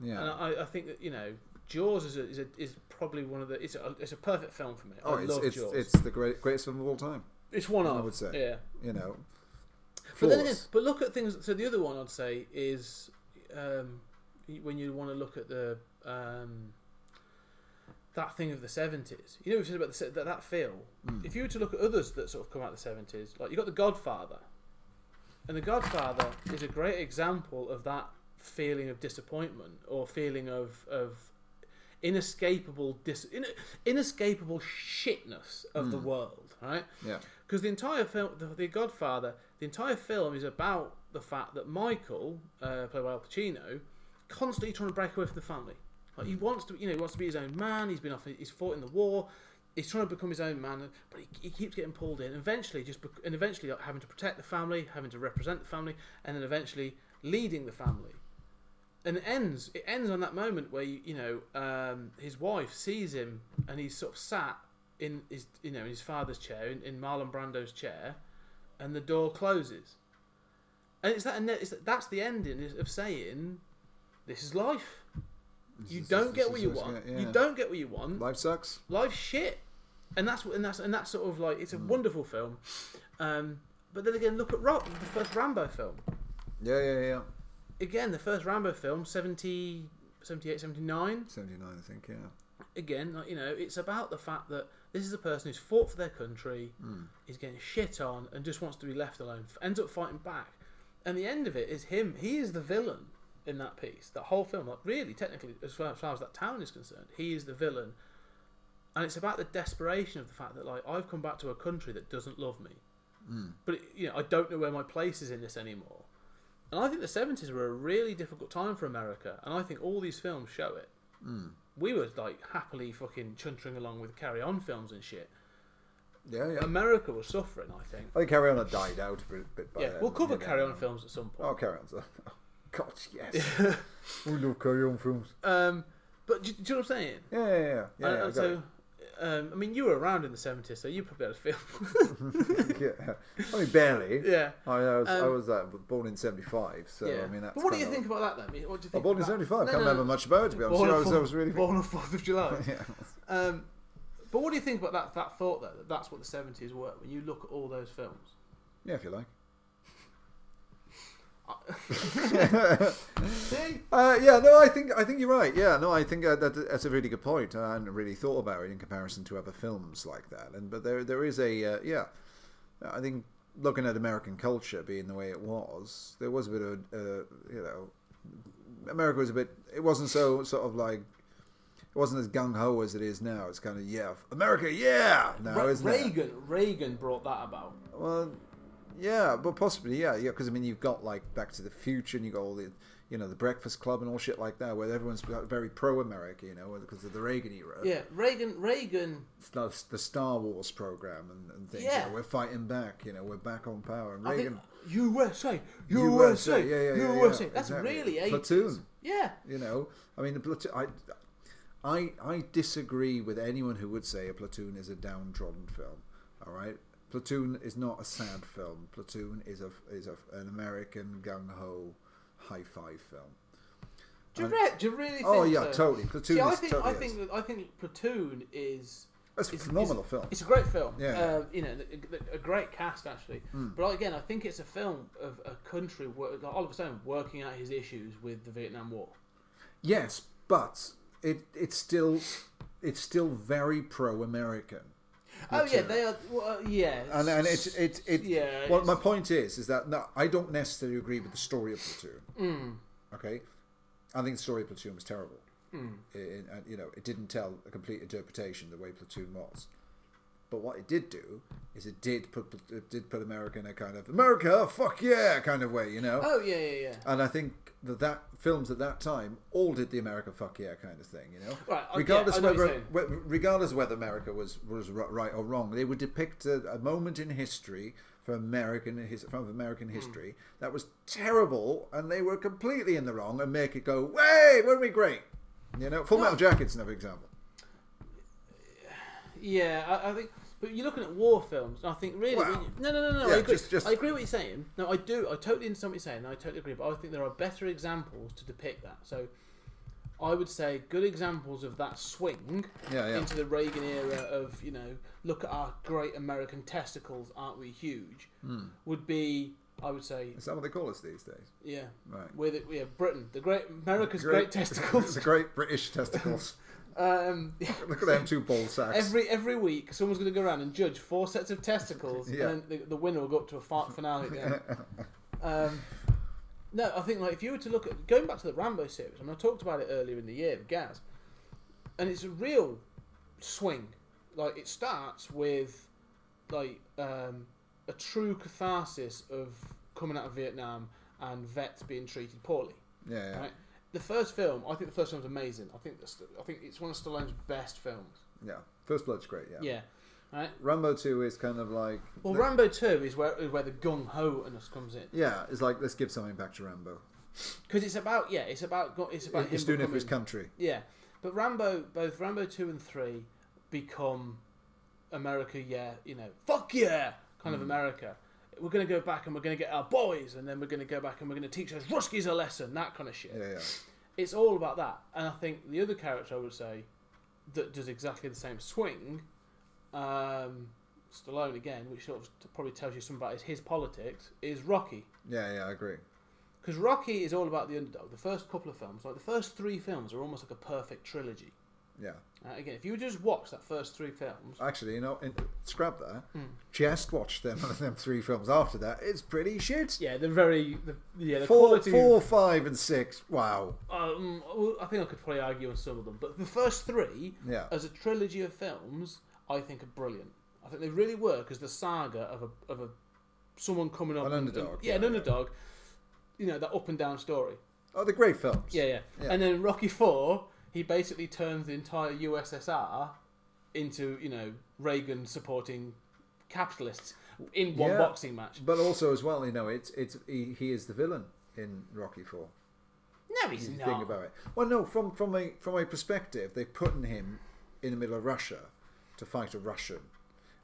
S3: yeah.
S2: And I, I think that you know, Jaws is a, is, a, is probably one of the it's a, it's a perfect film for me.
S3: oh,
S2: I
S3: it's
S2: love
S3: it's,
S2: Jaws.
S3: it's the great, greatest film of all time.
S2: It's one of
S3: I would say.
S2: yeah.
S3: You know,
S2: But then again,
S3: Flawless.
S2: but look at things. So the other one I'd say is um, when you want to look at the um, that thing of the seventies. You know, we've said about the, se- that that feel. If you were to look at others that sort of come out of the seventies, like you got the Godfather, and the Godfather is a great example of that feeling of disappointment or feeling of of inescapable dis- in- inescapable shitness of the world, right?
S3: yeah,
S2: because the entire film, the, the Godfather, the entire film is about the fact that Michael, uh, played by Al Pacino, constantly trying to break away from the family. Like he wants to, you know, he wants to be his own man. He's been off, he's fought in the war. He's trying to become his own man, but he, he keeps getting pulled in. Eventually, just bec- and eventually like, having to protect the family, having to represent the family, and then eventually leading the family and it ends it ends on that moment where you, you know um, his wife sees him and he's sort of sat in his you know in his father's chair in, in Marlon Brando's chair and the door closes and it's that and it's that, that's the ending is- of saying this is life you
S3: is-
S2: don't get
S3: this is
S2: what you
S3: what's
S2: want
S3: gonna-
S2: you
S3: yeah.
S2: don't get what you want
S3: life sucks.
S2: life's shit, and that's and that's and that's sort of like
S3: Mm.
S2: it's a wonderful film, um, but then again look at Rock, the first Rambo film
S3: Yeah, yeah, yeah.
S2: again the first Rambo film 70, 78, 79
S3: Seventy nine, I think. Yeah,
S2: again, like, you know, it's about the fact that this is a person who's fought for their country, is getting shit on, and just wants to be left alone. f- Ends up fighting back, and the end of it is him. He is the villain in that piece. That whole film, like really, technically, as far as, far as that town is concerned, he is the villain, and it's about the desperation of the fact that like I've come back to a country that doesn't love me, but it, you know I don't know where my place is in this anymore. And I think the seventies were a really difficult time for America, and I think all these films show it we were like happily fucking chuntering along with carry on films and shit.
S3: yeah, yeah.
S2: America was suffering, I think.
S3: I think Oh, Carry On had died out a bit, bit by
S2: Yeah,
S3: then,
S2: we'll cover
S3: you know.
S2: carry on films at some point.
S3: Oh, Carry On. <laughs> Oh, God,
S2: <laughs>
S3: yes. we love Carry On films.
S2: Um, but do, do you know what I'm saying?
S3: Yeah, yeah, yeah. yeah,
S2: And-
S3: yeah, I
S2: and
S3: got it.
S2: uh, so, um, I mean, you were around in the '70s, so you probably had a film. <laughs>
S3: <laughs> yeah. I mean, barely.
S2: yeah.
S3: I, mean, I was, I
S2: Um,
S3: was uh, born in 75, so
S2: yeah.
S3: I mean, that's
S2: but what do
S3: kind
S2: you
S3: of-
S2: think about that then? I mean, What do you
S3: I
S2: think?
S3: was born in
S2: about-
S3: 75.
S2: No,
S3: can't
S2: no,
S3: remember
S2: no.
S3: much about it, to be honest.
S2: Born
S3: I
S2: on
S3: was, I
S2: Fourth-
S3: was really.
S2: born on Fourth of July.
S3: <laughs> Yeah.
S2: um, but what do you think about that? That thought though, that that's what the '70s were when you look at all those films.
S3: yeah, if you like.
S2: See,
S3: Uh, yeah, no, I think I think you're right. Yeah, no, I think uh, that that's a really good point. I hadn't really thought about it in comparison to other films like that. And but there there is a uh, yeah, I think looking at American culture being the way it was, there was a bit of a, uh, you know, America was a bit. It wasn't so sort of like. It wasn't as gung ho as it is now. It's kind of yeah, America, yeah. Now
S2: Re-
S3: Oh, isn't it?
S2: Reagan, Reagan brought that about.
S3: Well, Yeah, but possibly, yeah, yeah. Because I mean, you've got like Back to the Future, and you got all the, you know, the Breakfast Club and all shit like that, where everyone's very pro-America, you know, because of the Reagan era.
S2: Yeah, Reagan. Reagan.
S3: It's like the Star Wars program and, and things.
S2: Yeah.
S3: you know, we're fighting back. You know, we're back on power. And
S2: I think
S3: Reagan,
S2: USA, USA,
S3: yeah, yeah, yeah,
S2: USA.
S3: yeah,
S2: That's
S3: exactly.
S2: really a
S3: platoon.
S2: yeah.
S3: You know, I mean, the platoon. I, I, I disagree with anyone who would say a platoon is a downtrodden film. All right, platoon is not a sad film. Platoon is a is a, an American gung ho high five film.
S2: Do you, re- do you really? Think
S3: Oh,
S2: so?
S3: yeah, totally. Platoon
S2: See, I
S3: is
S2: think
S3: totally
S2: I think that- I think Platoon is
S3: That's a
S2: is-
S3: phenomenal
S2: is-
S3: film.
S2: It's a great film.
S3: Yeah. Hmm.
S2: Uh, you know, a, a great cast actually. But again, I think it's a film of a country wor- like Oliver Stone working out his issues with the Vietnam War.
S3: Yes, but it it's still it's still very pro American.
S2: Oh yeah, they are. Well, uh, yeah,
S3: and and it's it it.
S2: Yeah,
S3: well,
S2: it's-
S3: my point is, is that no, I don't necessarily agree with the story of Platoon.
S2: Mm.
S3: Okay, I think the story of Platoon was terrible.
S2: Mm.
S3: It- and, you know, it didn't tell a complete interpretation the way Platoon was. But what it did do is it did put it did put America in a kind of America, fuck yeah, kind of way. You know.
S2: Oh yeah, yeah, yeah.
S3: And I think that that films at that time all did the America fuck yeah kind of thing, you know.
S2: Right, I-
S3: regardless
S2: yeah, I know what
S3: whether
S2: you're
S3: whe- regardless whether America was was ri- right or wrong, they would depict a, a moment in history from American his, from American
S2: Hmm.
S3: history that was terrible, and they were completely in the wrong, and make it go, "Way, weren't we great?" You know, Full Metal Jacket's another example.
S2: Yeah, I, I think. But you're looking at war films, and I think really,
S3: Wow.
S2: when you- no, no, no, no.
S3: Yeah,
S2: I agree.
S3: just- just-
S2: I agree what you're saying. No, I do. I totally understand what you're saying. and I totally agree. But I think there are better examples to depict that. So, I would say good examples of that swing
S3: Yeah, yeah.
S2: into the Reagan era of you know, look at our great American testicles, aren't we huge?
S3: Hmm.
S2: Would be, I would say,
S3: Is that what they call us these days?
S2: <laughs> yeah,
S3: Right.
S2: with it, yeah, Britain, the great America's great, testicles.
S3: <laughs> the great
S2: <laughs>
S3: British testicles.
S2: um,
S3: Look at them two ball sacks.
S2: Every every week, someone's going to go around and judge four sets of testicles,
S3: Yeah.
S2: and then the, the winner will go up to a
S3: <laughs>
S2: fart finale. At the end. um, no, I think like if you were to look at going back to the Rambo series, I mean, I talked about it earlier in the year, with Gaz, and it's a real swing. Like it starts with like um, a true catharsis of coming out of Vietnam and vets being treated poorly.
S3: yeah, yeah.
S2: Right? The first film, I think the first film's amazing. I think that's, I think it's one of Stallone's best films.
S3: yeah. First Blood's great. Yeah.
S2: Yeah. Right.
S3: Rambo 2 is kind of like
S2: Well, Rambo Two is where is where the gung ho ness comes in
S3: yeah, it's like let's give something back to Rambo.
S2: because it's about yeah, it's about go- it's about
S3: He's
S2: him
S3: doing it for
S2: becoming,
S3: his country.
S2: yeah. But Rambo, both Rambo Two and Three, become America. Yeah, you know, fuck yeah, kind
S3: Mm.
S2: of America. We're gonna go back and we're gonna get our boys, and then we're gonna go back and we're gonna teach those Ruskies a lesson. That kind of shit.
S3: Yeah, yeah.
S2: It's all about that. And I think the other character I would say that does exactly the same swing, um, Stallone again, which sort of probably tells you something about his, his politics, is Rocky.
S3: Yeah, yeah, I agree.
S2: Because Rocky is all about the underdog. The first couple of films, like the first three films, are almost like a perfect trilogy.
S3: Yeah.
S2: Uh, again, if you just watch that first three films,
S3: Actually, you know, in, scrap that.
S2: Hmm.
S3: Just watch them <laughs> them three films after that. It's pretty shit.
S2: yeah, they're very the, yeah the
S3: Four,
S2: quality.
S3: four, five, and six. Wow.
S2: Um, well, I think I could probably argue on some of them, but the first three,
S3: Yeah.
S2: as a trilogy of films, I think are brilliant. I think they really work as the saga of a of a someone coming up
S3: An
S2: and-
S3: underdog,
S2: and- yeah, an
S3: yeah, yeah.
S2: underdog. You know that up and down story.
S3: Oh, they're great films.
S2: Yeah, yeah,
S3: Yeah.
S2: And then Rocky Four, he basically turns the entire USSR into you know Reagan supporting capitalists in one
S3: Yeah.
S2: boxing match.
S3: But also, as well, you know, it's it's he, he is the villain in Rocky Four.
S2: No, he's
S3: if you
S2: not.
S3: think about it. Well, no, from from a from a perspective, they've put him in the middle of Russia to fight a Russian,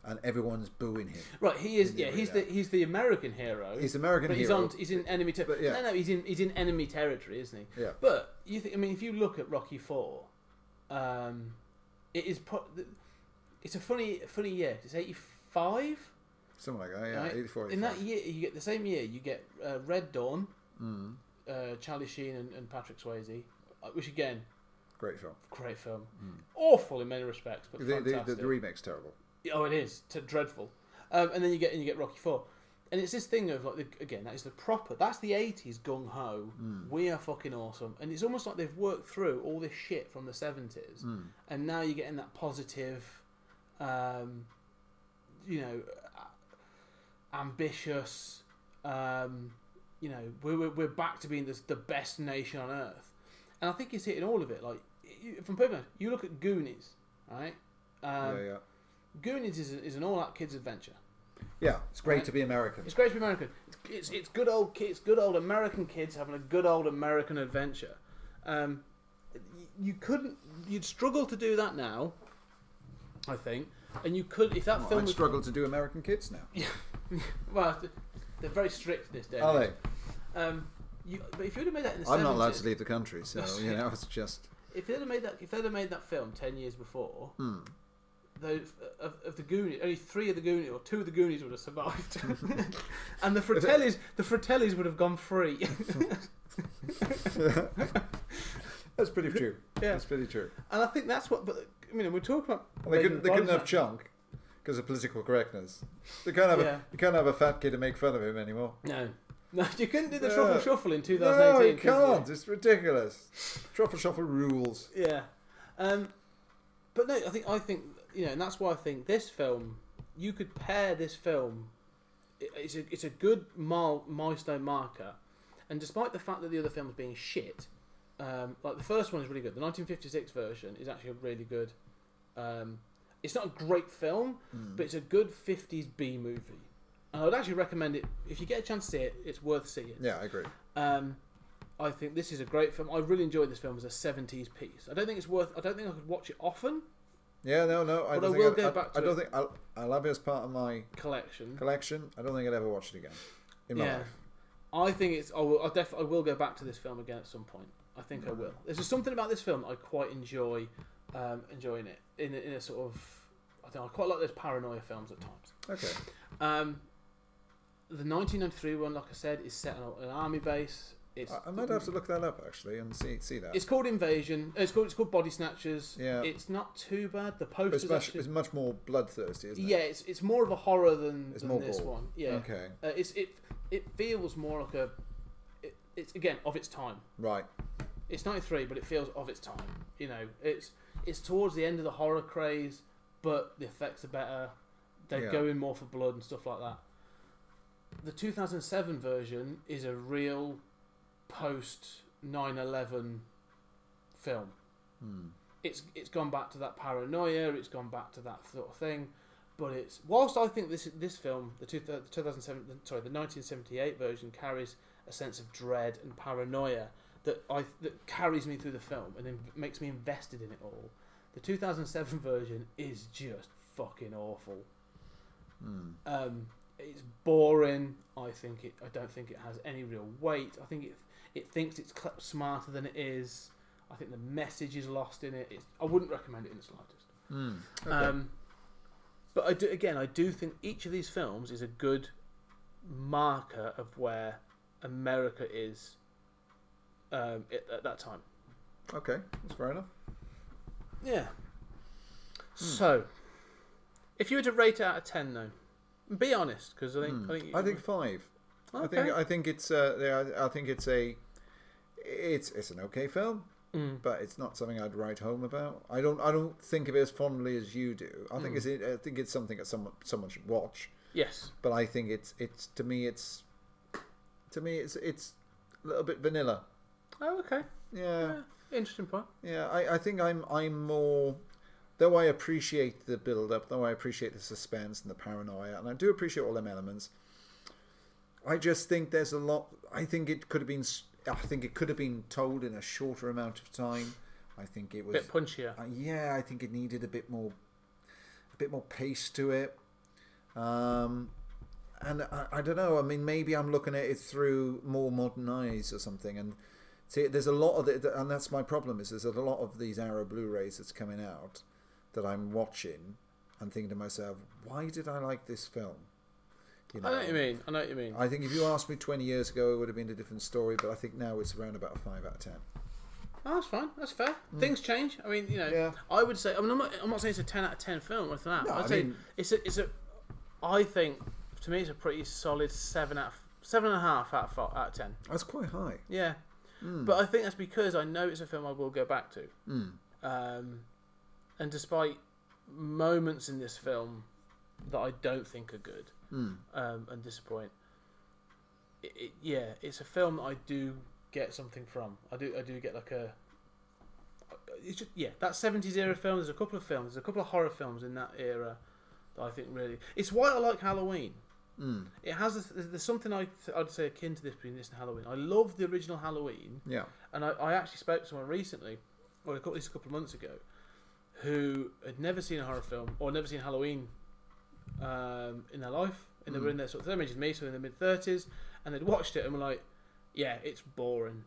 S3: and everyone's booing him.
S2: Right, he is.
S3: Didn't
S2: Yeah,
S3: agree
S2: he's the
S3: with
S2: he's the American hero.
S3: He's the American
S2: but
S3: hero.
S2: He's, on, he's in enemy territory.
S3: yeah.
S2: No, no, he's in he's in enemy territory, isn't he?
S3: Yeah.
S2: But you think? I mean, if you look at Rocky Four, um, it is pro- th- it's a funny funny year. 'cause It's eighty five.
S3: Something like that. Yeah, eighty four.
S2: In that year, you get the same year. You get uh, Red Dawn,
S3: Mm.
S2: uh, Charlie Sheen and, and Patrick Swayze, uh, which again,
S3: great film.
S2: great film. Awful in many respects, but
S3: Mm. The, the,
S2: fantastic.
S3: the, the remake's terrible.
S2: Oh, it is t- dreadful. Um, and then you get and you get Rocky Four, and it's this thing of like the, again that is the proper that's the eighties gung ho. We are fucking awesome, and it's almost like they've worked through all this shit from the seventies, and now you're getting that positive, um, you know, uh, ambitious. Um, you know, we're, we're, we're back to being this, the best nation on earth. And I think he's hitting all of it. Like, you, from Pokemon, you look at Goonies, right? Um,
S3: yeah, yeah.
S2: Goonies is, a, is an all out kids adventure.
S3: Yeah, it's great to be American.
S2: It's great to be American. It's, it's, it's good old kids, good old American kids having a good old American adventure. Um, y- you couldn't, you'd struggle to do that now, I think. And you could, if that film
S3: I'd
S2: was
S3: struggle to do American kids now.
S2: well, they're very strict this day.
S3: Are they?
S2: Um, you, but if you'd have made that in the
S3: I'm not allowed
S2: 70s
S3: to leave the country,
S2: <laughs>
S3: so you know it's just
S2: if they'd have made that if they'd have made that film ten years before,
S3: Hmm.
S2: though of, of the Goonies, only three of the Goonies or two of the Goonies would have
S3: <laughs>
S2: survived, <laughs> and the Fratellis the Fratellis would have gone free. <laughs>
S3: that's pretty true.
S2: Yeah.
S3: That's pretty true.
S2: and I think that's what. But you know, we're talking about.
S3: Well, they couldn't, they couldn't have
S2: Baden-Baden.
S3: Chunk because of political correctness. They can't have
S2: Yeah.
S3: a, you can't have a fat kid to make fun of him anymore.
S2: No, <laughs> no, you couldn't do the
S3: Yeah.
S2: truffle shuffle in
S3: No,
S2: 2018.
S3: you
S2: could you?
S3: can't. It's ridiculous. Truffle shuffle rules.
S2: Yeah, um, but no, I think I think you know, and that's why I think this film you could pair this film. it- It's a it's a good mile, milestone marker, and despite the fact that the other film's being shit, um, like the first one is really good. The 1956 version is actually a really good. Um, it's not a great film, but it's a good 50s B movie, and I would actually recommend it if you get a chance to see it. It's worth seeing.
S3: Yeah, I agree.
S2: Um, I think this is a great film. I really enjoyed this film as a '70s piece. I don't think it's worth. I don't think I could watch it often.
S3: Yeah, no,
S2: But
S3: no. I don't
S2: I
S3: think
S2: will
S3: I'd-
S2: go
S3: I-
S2: back to
S3: I don't
S2: it.
S3: think I'll, I'll have it as part of my
S2: Collection.
S3: collection. I don't think I'd ever watch it again in my
S2: Yeah.
S3: life.
S2: I think it's. I will. I, def, I will go back to this film again at some point. I think I will. There's just something about this film I quite enjoy. Um, enjoying it in a, in a sort of. I don't. know, I quite like those paranoia films at times.
S3: Okay.
S2: Um, the 1993 one, like I said, is set on an army base. It's
S3: I, I might have to look that up actually and see see that.
S2: It's called Invasion. It's called it's called Body Snatchers.
S3: Yeah.
S2: It's not too bad. The
S3: But
S2: poster's
S3: it's, much,
S2: actually
S3: it's much more bloodthirsty, isn't it?
S2: Yeah, it's it's more of a horror than,
S3: It's
S2: than
S3: more
S2: this
S3: gore.
S2: one. Yeah.
S3: Okay.
S2: Uh, it's it it feels more like a it, it's again of its time.
S3: Right.
S2: It's 93, but it feels of its time. You know, it's it's towards the end of the horror craze, but the effects are better. They're
S3: Yeah.
S2: going more for blood and stuff like that. The 2007 version is a real post 9/11 film. It's it's gone back to that paranoia. It's gone back to that sort of thing. But it's whilst I think this this film, the, two, the 2007, the- sorry, the 1978 version carries a sense of dread and paranoia that I that carries me through the film and then makes me invested in it all. The 2007 <laughs> version is just fucking awful.
S3: Hmm.
S2: Um, it's boring. I think it. I don't think it has any real weight. I think it. It thinks it's cl- smarter than it is. I think the message is lost in it. It's, I wouldn't recommend it in the slightest.
S3: Hmm.
S2: Um, but I do again. I do think each of these films is a good marker of where America is um, at, at that time.
S3: Okay. That's fair enough.
S2: Yeah.
S3: Hmm.
S2: So, if you were to rate it out of ten, though, be honest, because I think I think, you-
S3: Hmm. I think five. I
S2: Okay.
S3: think I think it's uh, yeah, I think it's a it's it's an okay film,
S2: Mm.
S3: but it's not something I'd write home about. I don't I don't think of it as fondly as you do. I
S2: Mm.
S3: think it's I think it's something that someone someone should watch.
S2: yes.
S3: But I think it's it's to me it's to me it's it's a little bit vanilla.
S2: Oh, okay.
S3: Yeah,
S2: Yeah. Interesting point.
S3: yeah. I, I think I'm I'm more though I appreciate the build up, though I appreciate the suspense and the paranoia, and I do appreciate all them elements. I just think there's a lot. I think it could have been. s- I think it could have been told in a shorter amount of time. I think it was.
S2: bit punchier.
S3: Uh, yeah, I think it needed a bit more, a bit more pace to it. Um, and I, I don't know. I mean, maybe I'm looking at it through more modern eyes or something. And see, there's a lot of it, and that's my problem is there's a lot of these Arrow Blu-rays that's coming out that I'm watching and thinking to myself, why did I like this film? You
S2: I know what you mean. I know what you mean.
S3: I think if you asked me 20 years ago, it would have been a different story. But I think now it's around about a five out of ten.
S2: Oh, that's fine. That's fair. Things change. I mean, you know,
S3: Hmm. Yeah.
S2: I would say. I mean, I'm not. I'm not saying it's a ten out of ten film or anything like that.
S3: No,
S2: I'd
S3: I
S2: say
S3: mean-
S2: it's a. It's a. I think to me, it's a pretty solid seven out. Of, seven and a half out of, fi- out of ten.
S3: That's quite high.
S2: Yeah. But I think that's because I know it's a film I will go back to. Um, and despite moments in this film that I don't think are good um, and disappoint. It, it, yeah, it's a film that I do get something from. I do I do get like a. It's just, yeah, that seventies era film. There's a couple of films. There's a couple of horror films in that era that I think really. It's why I like Halloween.
S3: Hmm,
S2: It has this, there's there's something I I'd say akin to this between this and Halloween. I love the original Halloween.
S3: Yeah.
S2: And I, I actually spoke to someone recently, or at least a couple of months ago, who had never seen a horror film or never seen Halloween um, in their life. And they were in their sort of same age as me, so in their mid 30s, and they'd watched it and were like, yeah, it's boring.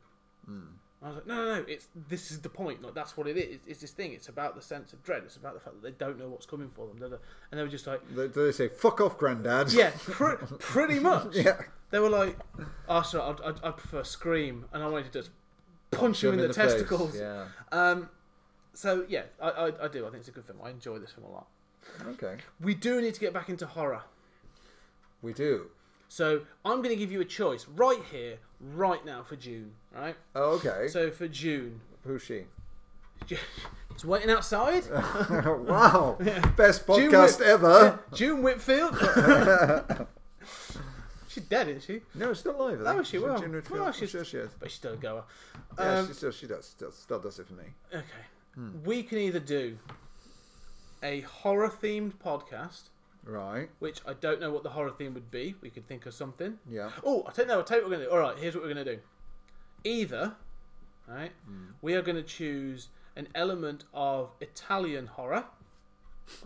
S2: I was like, no, no, no, it's, this is the point. Like, that's what it is. It's, it's this thing. It's about the sense of dread. It's about the fact that they don't know what's coming for them. da, da. And they were just like,
S3: They, they say, fuck off, granddad.
S2: yeah, pr- pretty much.
S3: <laughs> Yeah.
S2: They were like, oh, sorry, I'd, I'd, I'd prefer Scream. And I wanted to just punch him in the,
S3: face.
S2: testicles.
S3: Yeah.
S2: Um, so yeah, I, I, I do. I think it's a good film. I enjoy this film a lot.
S3: Okay.
S2: We do need to get back into horror.
S3: We do.
S2: So I'm going to give you a choice right here, right now for June. Right.
S3: Oh, okay. So,
S2: So for June, <laughs>
S3: Who's she?
S2: it's waiting <laughs> outside.
S3: wow. Best
S2: June
S3: podcast
S2: Whit-
S3: ever.
S2: Yeah, June <laughs> Whitfield. she's dead, isn't she?
S3: No, it's still alive.
S2: Oh, she will.
S3: June Whitfield.
S2: Well,
S3: I'm
S2: she's-
S3: sure she is.
S2: But she's still a goer.
S3: Yeah,
S2: Um,
S3: she still, she does. Still, still does it for me.
S2: Okay. We can either do a horror themed podcast,
S3: Right.
S2: which I don't know what the horror theme would be. We could think of something. <laughs>
S3: Yeah.
S2: Oh, I don't know. I'll tell you what we're going to do. All right, here's what we're going to do. Either, right,
S3: Hmm.
S2: we are going to choose an element of Italian horror.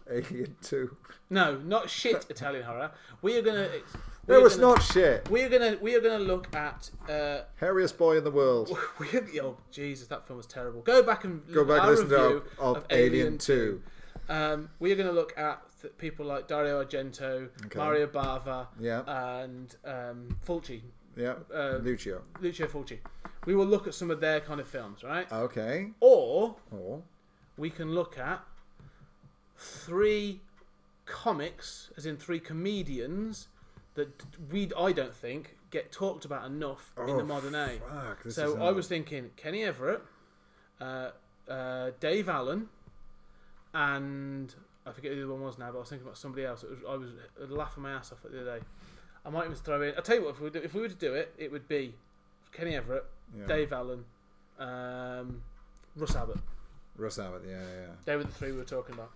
S3: Alien 2.
S2: No, not
S3: <laughs>
S2: shit Italian horror. We are going to.
S3: No, it's not shit.
S2: We are going to. We are going to look at. Uh, <laughs>
S3: Hairiest boy in the world.
S2: we are, oh Jesus, that film was terrible. Go back and
S3: Go back and
S2: our
S3: listen to our,
S2: review
S3: of, Alien 2.
S2: Um, we are going to look at th- people like Dario Argento,
S3: Okay.
S2: Mario Bava,
S3: Yeah.
S2: and um, Fulci,
S3: Yeah.
S2: uh,
S3: Lucio.
S2: Lucio Fulci. We will look at some of their kind of films, right?
S3: Okay.
S2: Or
S3: Oh.
S2: we can look at three comics, as in three comedians that we I don't think get talked about enough in the
S3: Oh,
S2: modern age.
S3: Fuck, this is
S2: So I
S3: hard.
S2: was thinking Kenny Everett, uh, uh, Dave Allen, and I forget who the other one was now, but I was thinking about somebody else. It was, I was laughing my ass off at the other day. I might even throw in. I'll tell you what, if we, do, if we were to do it, it would be Kenny Everett,
S3: Yeah.
S2: Dave Allen, um, Russ Abbott.
S3: Russ Abbott. Yeah, yeah. yeah.
S2: They were the three we were talking about.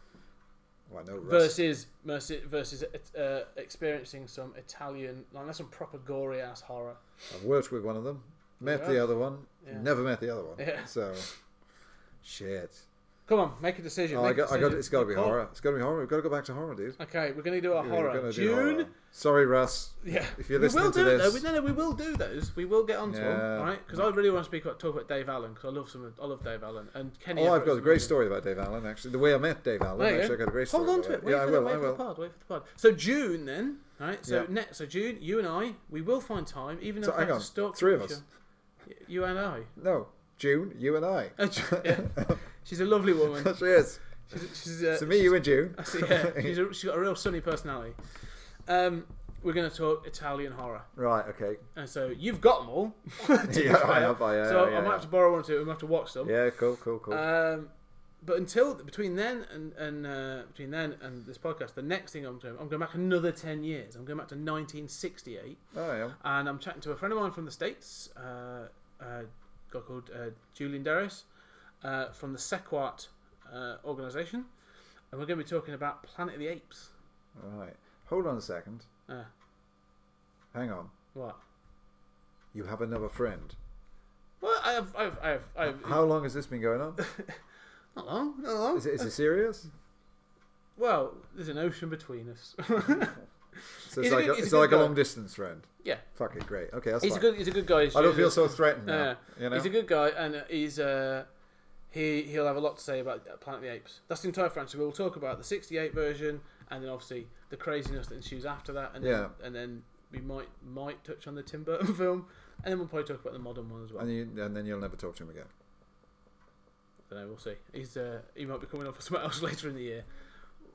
S3: Well, I know Russ.
S2: Versus versus versus uh, experiencing some Italian, like that's some proper gory ass horror.
S3: I've worked with one of them. Met
S2: Yeah.
S3: the other one.
S2: Yeah.
S3: Never met the other one.
S2: Yeah.
S3: So, shit.
S2: Come on, make a decision.
S3: Oh, I
S2: make a
S3: got, I got,
S2: decision.
S3: it's got to be
S2: Good call.
S3: horror. It's got to be horror. We've got to go back to horror, dude.
S2: Okay, we're gonna do a
S3: Yeah, we're
S2: horror.
S3: gonna do
S2: June.
S3: horror. Sorry, Russ.
S2: Yeah,
S3: If you're
S2: we
S3: listening
S2: will
S3: to
S2: do it,
S3: this-
S2: though. We- no, no, we will do those. We will get onto them,
S3: Yeah.
S2: right? Because I really want to speak about talk about Dave Allen because I love some. of- I love Dave Allen and Kenny.
S3: Oh, I've
S2: Everett's
S3: got a great
S2: amazing.
S3: story about Dave Allen, actually. The way I met Dave Allen,
S2: There you
S3: actually,
S2: go.
S3: I got a great story.
S2: Hold on to
S3: about
S2: it. Wait
S3: yeah, I
S2: for
S3: will.
S2: the, wait
S3: I
S2: for the
S3: will.
S2: pod. Wait for the pod. So June then, right? So
S3: Yeah.
S2: next, so June, you and I, we will find time, even
S3: So
S2: if
S3: hang
S2: that's
S3: on,
S2: a stalk
S3: three of
S2: picture.
S3: us.
S2: Y- You and I. <laughs>
S3: No, June, you and I. <laughs>
S2: Oh, Ju- yeah. She's a lovely woman.
S3: That's it.
S2: She's, she's, uh, <laughs>
S3: So me, you, and June.
S2: she's-
S3: <laughs>
S2: yeah, she's, a, she's got a real sunny personality. Um, we're going to talk Italian horror.
S3: Right. Okay.
S2: And so you've got them all. <laughs> to be
S3: <laughs> Yeah, I
S2: fair.
S3: have, I- yeah,
S2: so I
S3: yeah,
S2: might
S3: yeah.
S2: have to borrow one or two. We might have to watch them.
S3: Yeah. Cool. Cool. Cool.
S2: Um, but until between then and, and uh, between then and this podcast, the next thing I'm doing, I'm going back another ten years. I'm going back to 1968,
S3: I am.
S2: and I'm chatting to a friend of mine from the states, uh, uh, a guy called uh, Julian Darris, uh, from the Sequat uh, organization, and we're going to be talking about Planet of the Apes.
S3: All right. Hold on a second.
S2: Uh,
S3: Hang on.
S2: what?
S3: You have another friend.
S2: Well, I have, I have, I have, I have
S3: How long has this been going on?
S2: not long, not long.
S3: Is it, is it serious?
S2: Well, there's an ocean between us.
S3: So it's
S2: a
S3: like
S2: good-
S3: a,
S2: he's a
S3: it's
S2: good
S3: like a
S2: guy.
S3: long distance friend.
S2: yeah,
S3: Fuck it, great. Okay,
S2: <laughs>
S3: that's
S2: he's a
S3: fine.
S2: good. He's a good guy.
S3: I don't feel so threatened now.
S2: Yeah.
S3: you know?
S2: He's a good guy, and uh, he's uh, he he'll have a lot to say about uh, Planet of the Apes. That's the entire franchise. We'll talk about the '68 version, and then obviously the craziness that ensues after that, and then, and then we might might touch on the Tim Burton <laughs> film, and then we'll probably talk about the modern one as well.
S3: and, you, and then you'll never talk to him again.
S2: don't know. We'll see. He's uh, he might be coming up <laughs> with something else later in the year.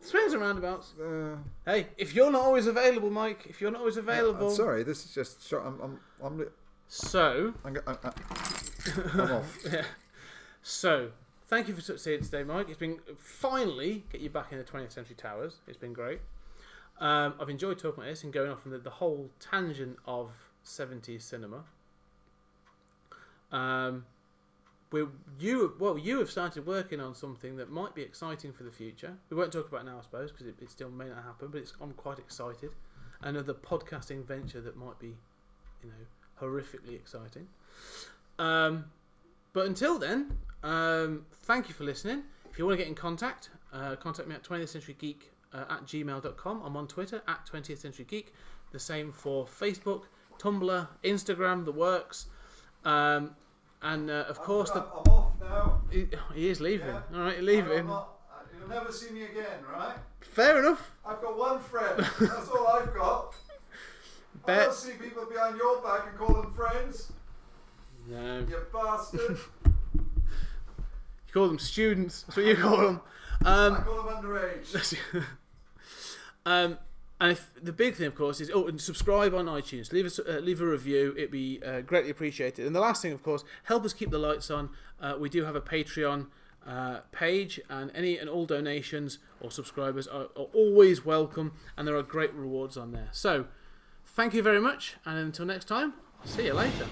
S2: Swings and roundabouts.
S3: Uh,
S2: Hey, if you're not always available, Mike, if you're not always available,
S3: I'm sorry, this is just. so- I'm, I'm, I'm, li-
S2: so
S3: I'm, go- I'm, I'm- I'm off.
S2: So, thank you for seeing today, Mike. It's been finally get you back in the 20th century towers. It's been great. Um, I've enjoyed talking about this and going off on the, the whole tangent of 70s cinema. Um, we you well you have started working on something that might be exciting for the future. We won't talk about it now, I suppose, because it, it still may not happen. But it's, I'm quite excited. Another podcasting venture that might be, you know, horrifically exciting. Um, but until then, um, thank you for listening. If you want to get in contact, uh, contact me at 20th Century Geek uh, at gmail.com. I'm on Twitter at 20th Century Geek. The same for Facebook, Tumblr, Instagram, the works. Um, and uh, <laughs> of course,
S3: I'm,
S2: the,
S3: I'm off now.
S2: he, he is leaving.
S3: Yeah.
S2: All right, leaving.
S3: I'm not- You'll never see me again, right?
S2: Fair enough.
S3: I've got one friend. That's all I've got. I
S2: Bet.
S3: don't see people behind your back and call them friends.
S2: No.
S3: You bastard.
S2: You call them students. That's what you call them.
S3: I
S2: Um,
S3: call them underage.
S2: <laughs> um, and if, the big thing, of course, is oh, and subscribe on iTunes. Leave us uh, leave a review. It'd be uh, greatly appreciated. And the last thing, of course, help us keep the lights on. Uh, we do have a Patreon uh, page, and any and all donations or subscribers are, are always welcome. And there are great rewards on there. So, thank you very much, and until next time, see you later.